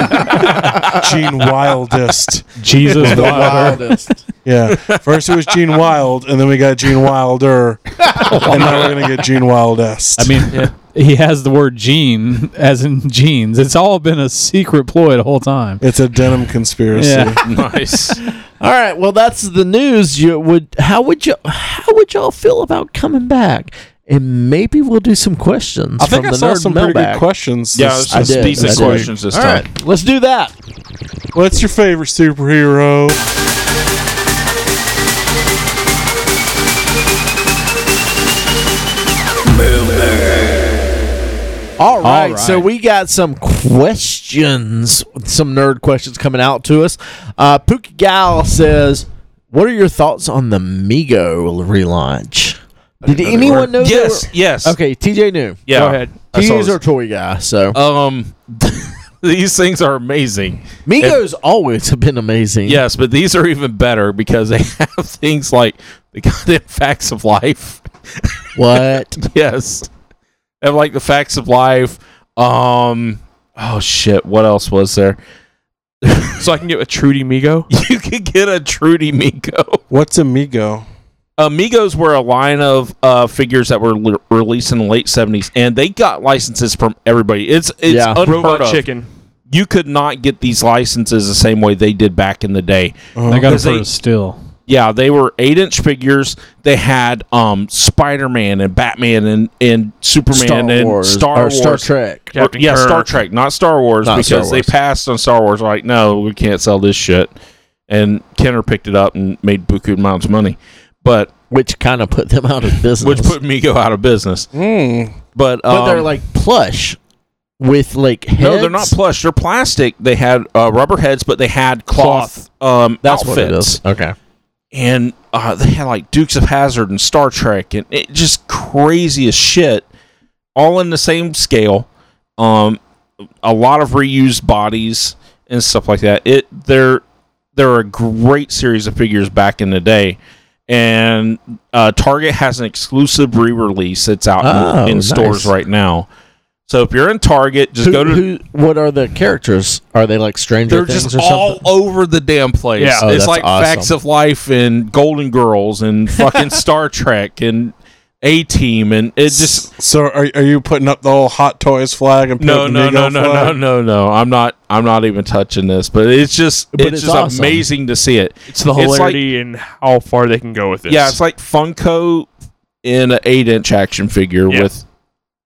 Gene Wildest.
Jesus
The
Wilder.
Wildest.
Yeah. First it was Gene Wild, and then we got Gene Wilder, and now we're gonna get Gene Wildest.
I mean, he has the word gene as in jeans. It's all been a secret ploy the whole time.
it's a denim conspiracy.
Yeah.
nice.
All right, well that's the news. You would how would you how would y'all feel about coming back? And maybe we'll do some questions.
I think
from
I
the
saw
nerd
some pretty
mailbag.
good questions.
Yeah,
this-
it's just
I did,
decent
I did.
questions this
All
time.
right, let's do that.
What's your favorite superhero?
All right,
right.
so we got some questions, some nerd questions coming out to us. Uh, Pookie Gal says, "What are your thoughts on the Migo relaunch? Did anyone know? they
Yes, yes.
were- okay, TJ knew.
Yeah.
Go ahead.
I saw
He's
this-
our toy guy. So
um, these things are amazing.
Migos always have been amazing.
Yes, but these are even better because they have things like the goddamn facts of life.
What?
Yes, they have like the facts of life. Um, oh shit, what else was there?
So I can get a Trudy Migo.
You could get a Trudy Miko.
What's Amigo?
Amigos were a line of uh, figures that were l- released in the late seventies, and they got licenses from everybody. It's it's
Yeah.
unheard
Robot
of.
Chicken.
You could not get these licenses the same way they did back in the day.
I got it
Because
for
they-
a still.
Yeah, they were eight inch figures. They had um, Spider Man and Batman and, and Superman and Star
or
Wars.
Star Trek.
Or-
Captain
yeah, Star
Kirk.
Trek, not Star Wars,
Not
because
Star
they
Wars.
passed on Star Wars. Like, no, we can't sell this shit. And Kenner picked it up and made buku amounts of money, but
which kind of put them out of business.
which put Mego out of business.
Mm.
But,
but
um,
they're like plush with like heads.
no, they're not plush. They're plastic. They had uh, rubber heads, but they had cloth, um,
That's what
outfits.
it is. Okay.
and uh, they had like Dukes of Hazard and Star Trek and it just crazy as shit, all in the same scale. Um, a lot of reused bodies and stuff like that. It they're they're a great series of figures back in the day, and uh, Target has an exclusive re-release that's out
Oh,
in, in
nice.
stores right now. So if you're in Target, just
Who,
go to
who, what are the characters? Are they like Stranger
they're
Things
just
or
all
something?
over the damn place.
Yeah.
Oh,
it's
that's
like
awesome.
Facts of Life and Golden Girls and fucking Star Trek and A Team and it just
So are, are you putting up the whole Hot Toys flag and
no
putting
no no
Amigo
no
flag?
no no no. I'm not I'm not even touching this, but it's just
But
it's,
it's
just
awesome.
amazing to see it.
It's the
It's like-
hilarity and how far they can go with this.
Yeah, it's like Funko in an eight inch action figure
Yeah.
with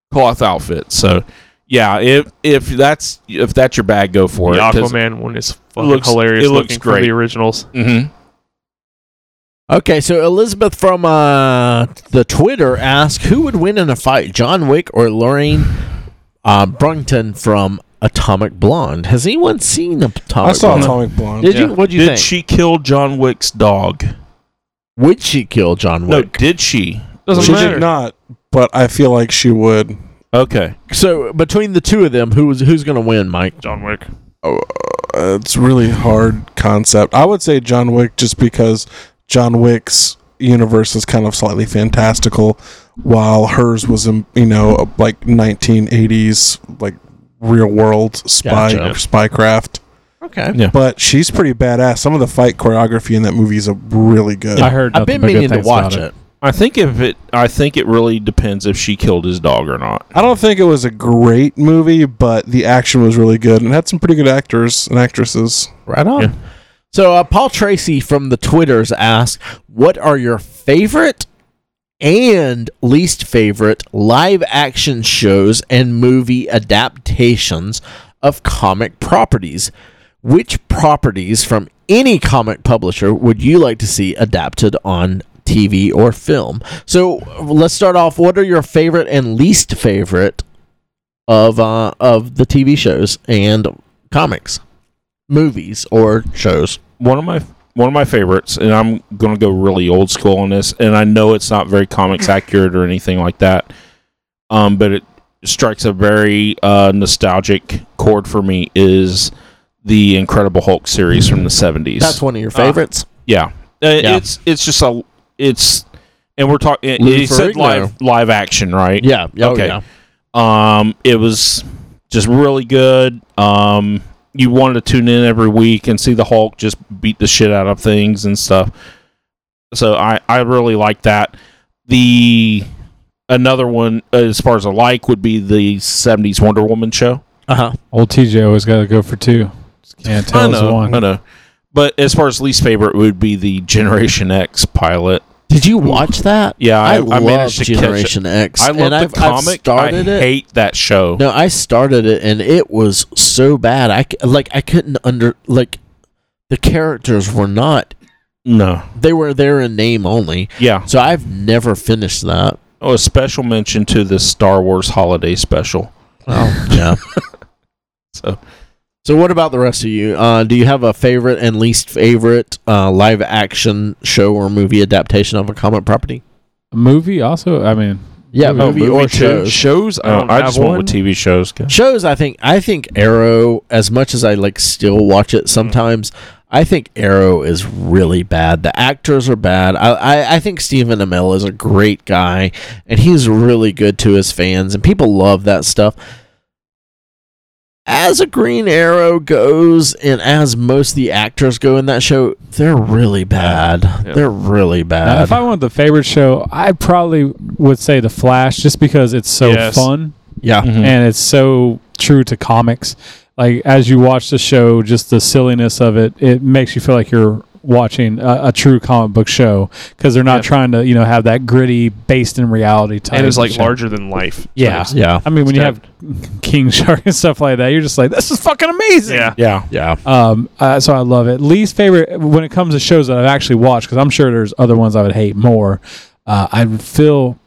cloth outfit. So yeah, if if that's if that's your bag, go for
the
it. 'cause-
Aquaman one is fucking
looks-
hilarious.
it looks
looking for
great.
the originals.
Mhm.
Okay, so Elizabeth from uh, the Twitter asked, "Who would win in a fight, John Wick or Lorraine uh, Brunton from Atomic Blonde?" Has anyone seen Atomic?
I saw
Blonde?
Atomic Blonde.
Did
Yeah.
you? What do you
Did
think?
she kill John Wick's dog?
would she kill John
No,
Wick?
did she?
Doesn't
she
matter.
did not, but I feel like she would.
Okay.
So between the two of them, who's who's going to win, Mike?
John Wick.
Uh, it's really hard concept. I would say John Wick just because John Wick's universe is kind of slightly fantastical, while hers was in you know like 1980s like real world spy
Gotcha.
spycraft.
Okay.
But she's pretty badass. Some of the fight choreography in that movie is uh, really good.
I heard.
I've been
nothing but good
meaning to
things
watch
about
it.
I think if it, I think it really depends if she killed his dog or not.
I don't think it was a great movie, but the action was really good and had some pretty good actors and actresses.
Right on.
Yeah.
So uh, Paul Tracy from the Twitters asked, "What are your favorite and least favorite live action shows and movie adaptations of comic properties? Which properties from any comic publisher would you like to see adapted on?" TV or film. So let's start off. What are your favorite and least favorite of uh, of the TV shows and comics? movies or shows.
One of my one of my favorites, and I'm gonna go really old school on this, and I know it's not very comics accurate or anything like that, um, but it strikes a very uh, nostalgic chord for me is the Incredible Hulk series from the '70s.
That's one of your favorites.
Yeah. Uh, It's it's just a it's and we're talking.
Lou
He said
Ferrigno.
live live action, right?
yeah. yeah,
okay.
yeah.
Um, it was just really good. Um, you wanted to tune in every week and see the Hulk just beat the shit out of things and stuff. So I I really like that. The another one uh, as far as I like would be the '70s Wonder Woman show.
Uh huh.
Old TJ always got to go for two. Just Can't
I
tell us
know, I
one.
know. But as far as least favorite would be the Generation X pilot.
Did you watch that?
Yeah, I,
I,
I,
love
managed to catch it.
Generation X.
I love
and
the
I've, I've
comic.
started
I
it.
hate that show.
No, I started it and it was so bad. I c- like I couldn't under like the characters were not
no.
they were there in name only.
Yeah.
So I've never finished that.
Oh, a special mention to the Star Wars holiday special.
Oh yeah.
So
So what about the rest of you? Uh, do you have a favorite and least favorite uh, live action show or movie adaptation of a comic property?
Movie also. I mean,
Yeah,
Oh,
movie, or
too?
shows.
Shows? I
I,
don't
I
have
just
one.
went with TV shows.
Shows, I think. I think Arrow. As much as I like, still watch it sometimes. I think Arrow is really bad. The actors are bad. I, I, I think Stephen Amell is a great guy, and he's really good to his fans, and people love that stuff. As a Green Arrow goes, and as most of the actors go in that show, they're really bad.
Yeah.
They're really
Now,
bad.
if I want the favorite show, I probably would say The Flash, just because it's so
Yes.
fun.
yeah,
Hmm.
and it's so true to comics. Like as you watch the show, just the silliness of it, it makes you feel like you're watching a, a true comic book show because they're not
Yeah.
trying to, you know, have that gritty, based in reality type.
and it's like
show.
larger than life.
Yeah,
yeah,
I mean, when you have King Shark and stuff like that, you're just like, this is fucking amazing.
Yeah.
Yeah.
yeah.
Um, uh, so I love it. Least favorite when it comes to shows that I've actually watched, because I'm sure there's other ones I would hate more. Uh, I feel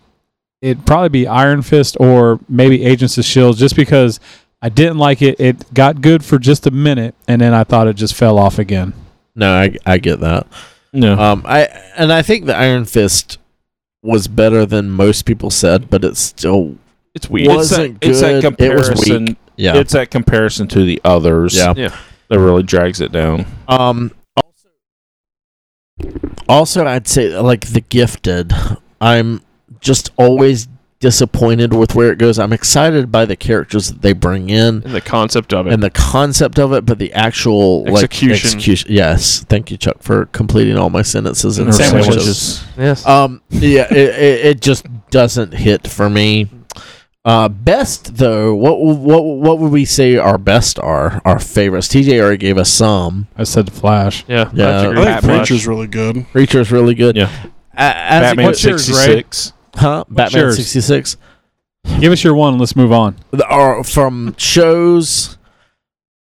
it'd probably be Iron Fist or maybe Agents of Shield, E just because I didn't like it. It got good for just a minute, and then I thought it just fell off again.
No, I, I get that.
No.
Um, I and I think the Iron Fist was better than most people said, but it still
It's weird.
Was- wasn't good. It was weak. yeah
It's that comparison to the others
yeah.
yeah.
that really drags it down.
Um, also, also I'd say like the Gifted. I'm just always disappointed with where it goes. I'm excited by the characters that they bring in
And the concept of it.
and the concept of it, but the actual
Execution.
like execution. Yes, thank you, Chuck, for completing all my sentences and
Sandwiches.
sandwiches.
yes.
Um, yeah, it, it, it just doesn't hit for me. Uh, best though, what what what would we say our best are our favorites? TJ already gave us some.
I said the Flash.
yeah.
yeah.
I have to agree
I
with
think
that.
Preacher's really good.
Preacher's really good.
Yeah.
A- as
Batman
what's your-
66.
huh? Batman
yours?
sixty six.
Give us your one. Let's move on.
Or from shows.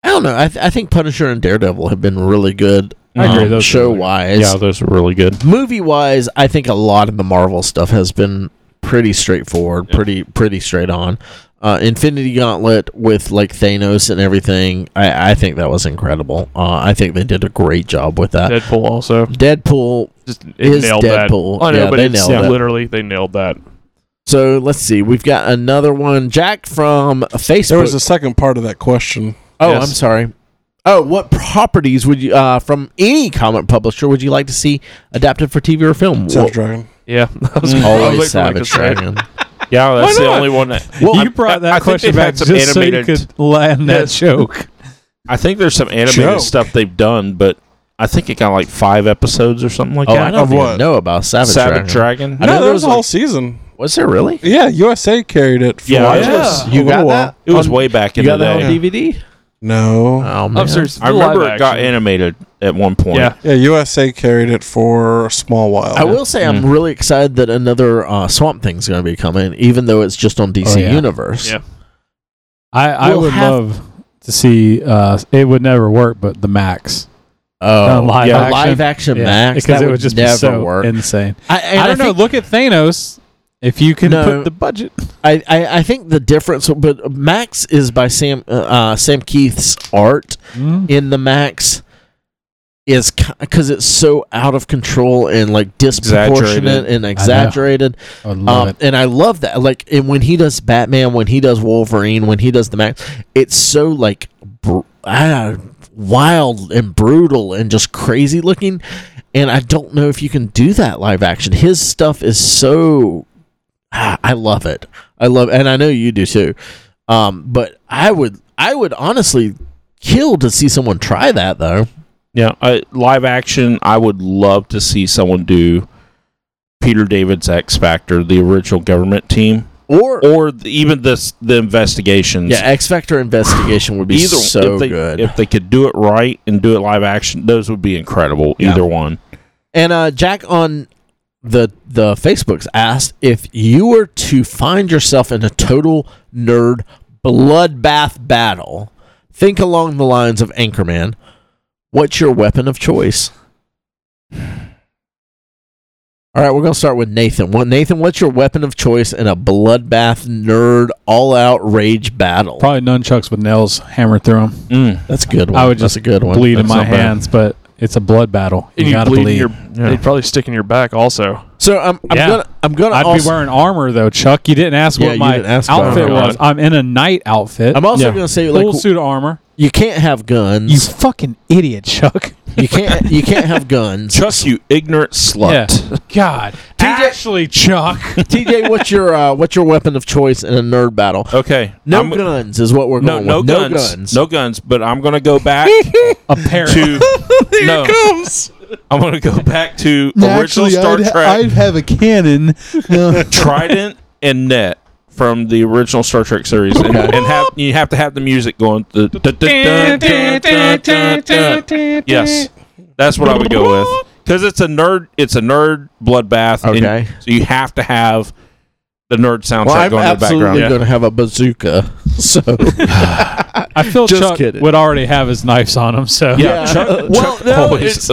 I don't know. I, th- I think Punisher and Daredevil have been really good.
I agree,
um,
those are
show
really-
wise,
Yeah, those were really good.
movie wise, I think a lot of the Marvel stuff has been pretty straightforward, pretty pretty straight on. Uh, Infinity Gauntlet with like Thanos and everything, I, I think that was incredible. Uh, I think they did a great job with that.
Deadpool also.
Deadpool.
Just it
Is
nailed
Deadpool.
that. I know,
Yeah,
but
they
it's
nailed that.
literally they nailed that.
So let's see, we've got another one. Jack from Facebook.
There was a second part of that question.
oh,
yes.
I'm sorry. Oh, what properties would you uh, from any comic publisher would you like to see adapted for TV or film?
Savage Dragon.
Yeah. I
Always
was- Mm. I was looking like
Savage
this, right?
Dragon.
Yeah, that's
Why
the
not?
only one that.
Well,
you brought
I
that
think
question
they've
back
had
just
some
so you
animated-
could land that
Yes.
joke.
I think there's some animated
Joke.
stuff they've done, but I think it got like five episodes or something like
Oh, I
that.
don't
Of
even
what?
know about Savage,
Savage
Dragon.
Dragon.
I know
No,
there
there was
was
a whole
like-
season.
Was there really?
Yeah, USA carried it for
Yeah,
a
yeah.
little
You got
while.
that?
It was
On-
way back in
You
the
got that on
day.
DVD?
No.
Oh man.
I'm serious.
I remember it got animated at one point.
Yeah.
Yeah, USA carried it for a small while.
I will say
Mm.
I'm really excited that another uh, Swamp Thing's going to be coming, even though it's just on DC
Oh, yeah.
Universe.
Yeah.
I, I
We'll
would
have-
love to see. Uh, it would never work, but the Max.
Oh,
Uh, live
yeah,
action.
live action
Yeah,
Max
because
that
it would just
never
be so
work.
insane.
I, and
I don't know.
think-
Look at Thanos. If you can
No.
put the budget,
I, I, I think the difference, but Max is by Sam uh, uh, Sam Keith's art in the Max is because it's so out of control and like disproportionate
Exaggerated.
and exaggerated.
I would love
Um,
it.
and I love that. Like, and when he does Batman, when he does Wolverine, when he does the Max, it's so like br- ah, wild and brutal and just crazy looking. And I don't know if you can do that live action. His stuff is so. ah, I love it. I love, and I know you do too. Um, but I would, I would honestly kill to see someone try that though.
Yeah, I, live action. I would love to see someone do Peter David's X Factor, the original government team,
Or,
or the, even this the investigations.
yeah, X Factor investigation would be
either
so
if they,
good.
if they could do it right and do it live action. Those would be incredible.
Yeah.
Either one.
And uh, Jack on the the Facebooks asked if you were to find yourself in a total nerd bloodbath battle, think along the lines of Anchorman. What's your weapon of choice? All right, we're gonna start with Nathan. Well, Nathan, what's your weapon of choice in a bloodbath nerd all out rage battle?
Probably nunchucks with nails hammered through them,
Mm.
That's a good one.
I would
That's
just
a good one.
bleed in
That's
my
not bad.
hands, but it's a blood battle.
And
You
you
gotta
bleed in
bleed.
your,
Yeah.
They'd probably stick in your back also.
So I'm, I'm
Yeah.
gonna I'm gonna
I'd
also,
be wearing armor though, Chuck. You didn't ask
Yeah,
what
you
my
didn't ask about
outfit
it.
was. I'm in a knight outfit.
I'm also
Yeah.
gonna say
full
like
suit of armor.
you can't have
You
guns.
fucking idiot, Chuck.
You, can't you can't have guns.
Chuck, you ignorant slut.
Yeah. God. Actually, Chuck.
TJ, what's your uh, what's your weapon of choice in a nerd battle?
Okay.
No
I'm-
guns is what we're
No,
going
no
with.
guns.
No guns.
No guns. But I'm gonna go back
A parrot.
to no. I'm gonna go back to original Star
I'd, ha-
Trek
I'd have a cannon. No.
Trident and Net from the original Star Trek series, and, and have you have to have the music going. The- the- dun- dun- dun- dun- dun- dun. Yes, that's what I would go with because it's a nerd. It's a nerd bloodbath. and
Okay.
so you have to have the nerd soundtrack
Well, I'm
going in the background.
absolutely going to have a bazooka. So
I feel
Just
Chuck
kidding.
would already have his knives on him. So
Yeah, Chuck,
Well,
Chuck
no,
always.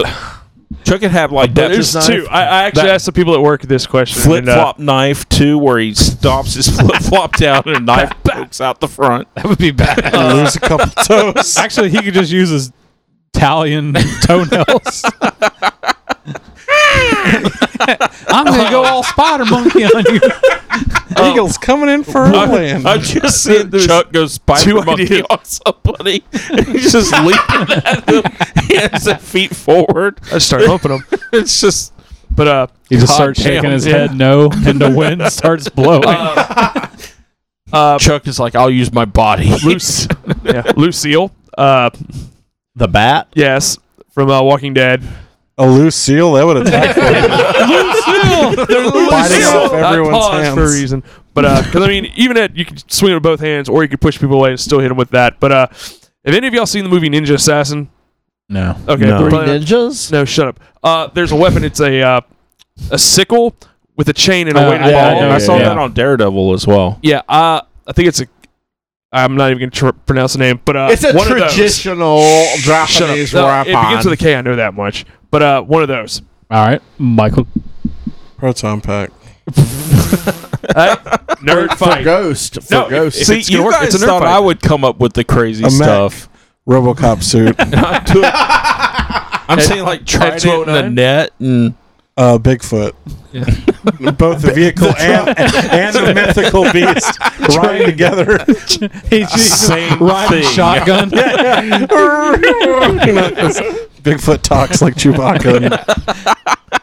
Chuck could have like that
There's two. I, I actually
that-
asked the people at work this question.
flip
and, uh,
flop knife too, where he stops his flip flop down and a knife pokes out the front.
that would be bad.
lose a couple toes.
Actually, he could just use his Italian toenails. I'm gonna go all spider monkey on you.
Oh.
Eagles coming in for a land.
I just said Chuck goes spider monkey on somebody. He's just leaping at them. He has his feet forward.
I started opening them.
It's just
But uh,
He just
God
starts
damn,
shaking his
yeah.
head no, and the wind starts blowing.
uh,
Chuck is like, I'll use my body.
Luce, yeah, Lucille. Uh,
the bat.
yes, from uh, Walking Dead.
A loose seal that would attack biting off everyone's
I paused for a
hands.
reason. But because I mean, even at you could swing it with both hands, or you could push people away and still hit them with that. But uh, have any of y'all seen the movie Ninja Assassin?
No.
Okay,
uh, No.
they're
Three
playing-
ninjas.
no, shut up. Uh, there's a weapon. It's a uh, a sickle with a chain and a
Uh,
weighted
I- I
ball.
know,
I saw
yeah.
that on Daredevil as well.
Yeah, uh, I think it's a. I'm not even going to tr- pronounce the name, but uh,
It's a
one of those.
traditional
Shut up.
Japanese
No,
weapon.
it begins with a K. I know that much, but uh, one of those.
All right, Michael.
Proton pack.
Nerd
for
fight.
ghost. For
No,
ghost.
it's-
See,
gonna
you
work.
guys
It's a nerd
thought
fight.
I would come up with the crazy
A Mac.
stuff.
RoboCop suit.
I'm saying like trident and the
209?
net and
Uh, Bigfoot. Both the vehicle and, and the mythical beast riding together.
He's
Same
riding
thing.
shotgun.
Bigfoot talks like Chewbacca.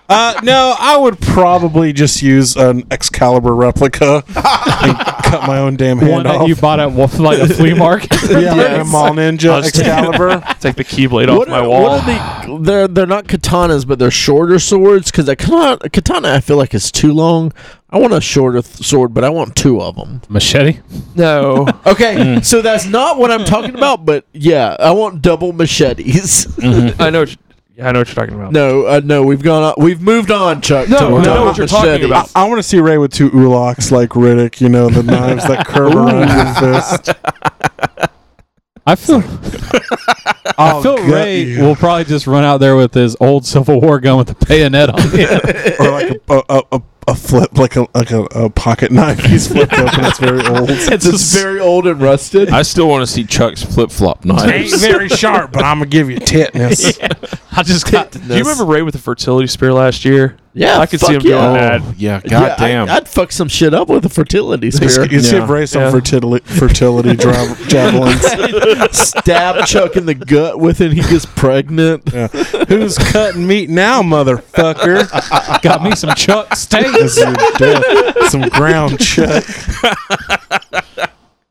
Uh, no, I would probably just use an Excalibur replica and cut my own damn hand
One that
off.
you bought at Wolf- like a flea market.
yeah, like a mall ninja Excalibur.
Take the keyblade off
What
my
are,
wall.
what are the? They're they're not katanas, but they're shorter swords. Because a katana, a katana, I feel like is too long. I want a shorter th- sword, but I want two of them.
Mm.
Machete.
no,
Okay, so that's not what I'm talking about. But yeah, I want double machetes.
Mm-hmm.
I know. What you, yeah, I know what you're talking about.
No, uh, no, we've gone. On, we've moved on, Chuck.
No,
to
no,
double
what you're talking
machete.
about.
I want to see Ray with two uloks like Riddick, you know, the knives that curve around your fist.
I feel. I feel
gut
Ray
you.
will probably just run out there with his old Civil War gun with the bayonet on it.
Or like a, a, a, a flip, like a like a, a pocket knife. He's flipped open. It's very old.
It's just very old and rusted.
I still want to see Chuck's flip flop knives.
very sharp, but I'm going to give you tetanus.
I just got.
Do you remember Ray with the fertility spear last year?
Yeah,
I could
fuck
see him
yeah.
doing that.
yeah,
Yeah,
goddamn. damn.
I, would fuck some shit up with a fertility spear.
You see Ray some
Yeah.
fertility, fertility dra- javelins.
Stab Chuck in the gut with it. He gets pregnant.
Who's cutting meat now, motherfucker?
Got me some Chuck steak.
This is your death. Some ground chuck.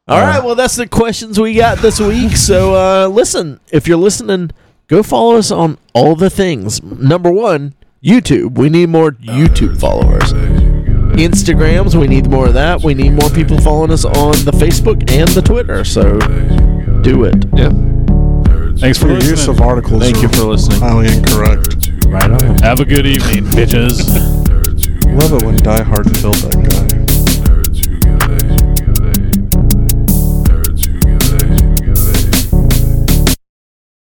All right, well, that's the questions we got this week. So, uh, listen, if you're listening, go follow us on all the things. Number one, YouTube. We need more YouTube followers. Instagrams, we need more of that. We need more people following us on the Facebook and the Twitter. So, do it.
Thanks for
Your use
listening.
of articles.
Thank you
are
for listening.
highly incorrect.
Right on.
Have a good evening, bitches.
Love it when Die Hard killed that guy.
There to get laid, you get laid.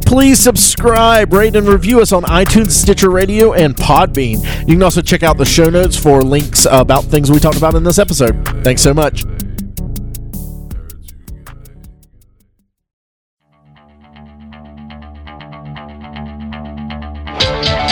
Please subscribe, rate, and review us on iTunes, Stitcher Radio, and Podbean. You can also check out the show notes for links about things we talked about in this episode. Thanks so much.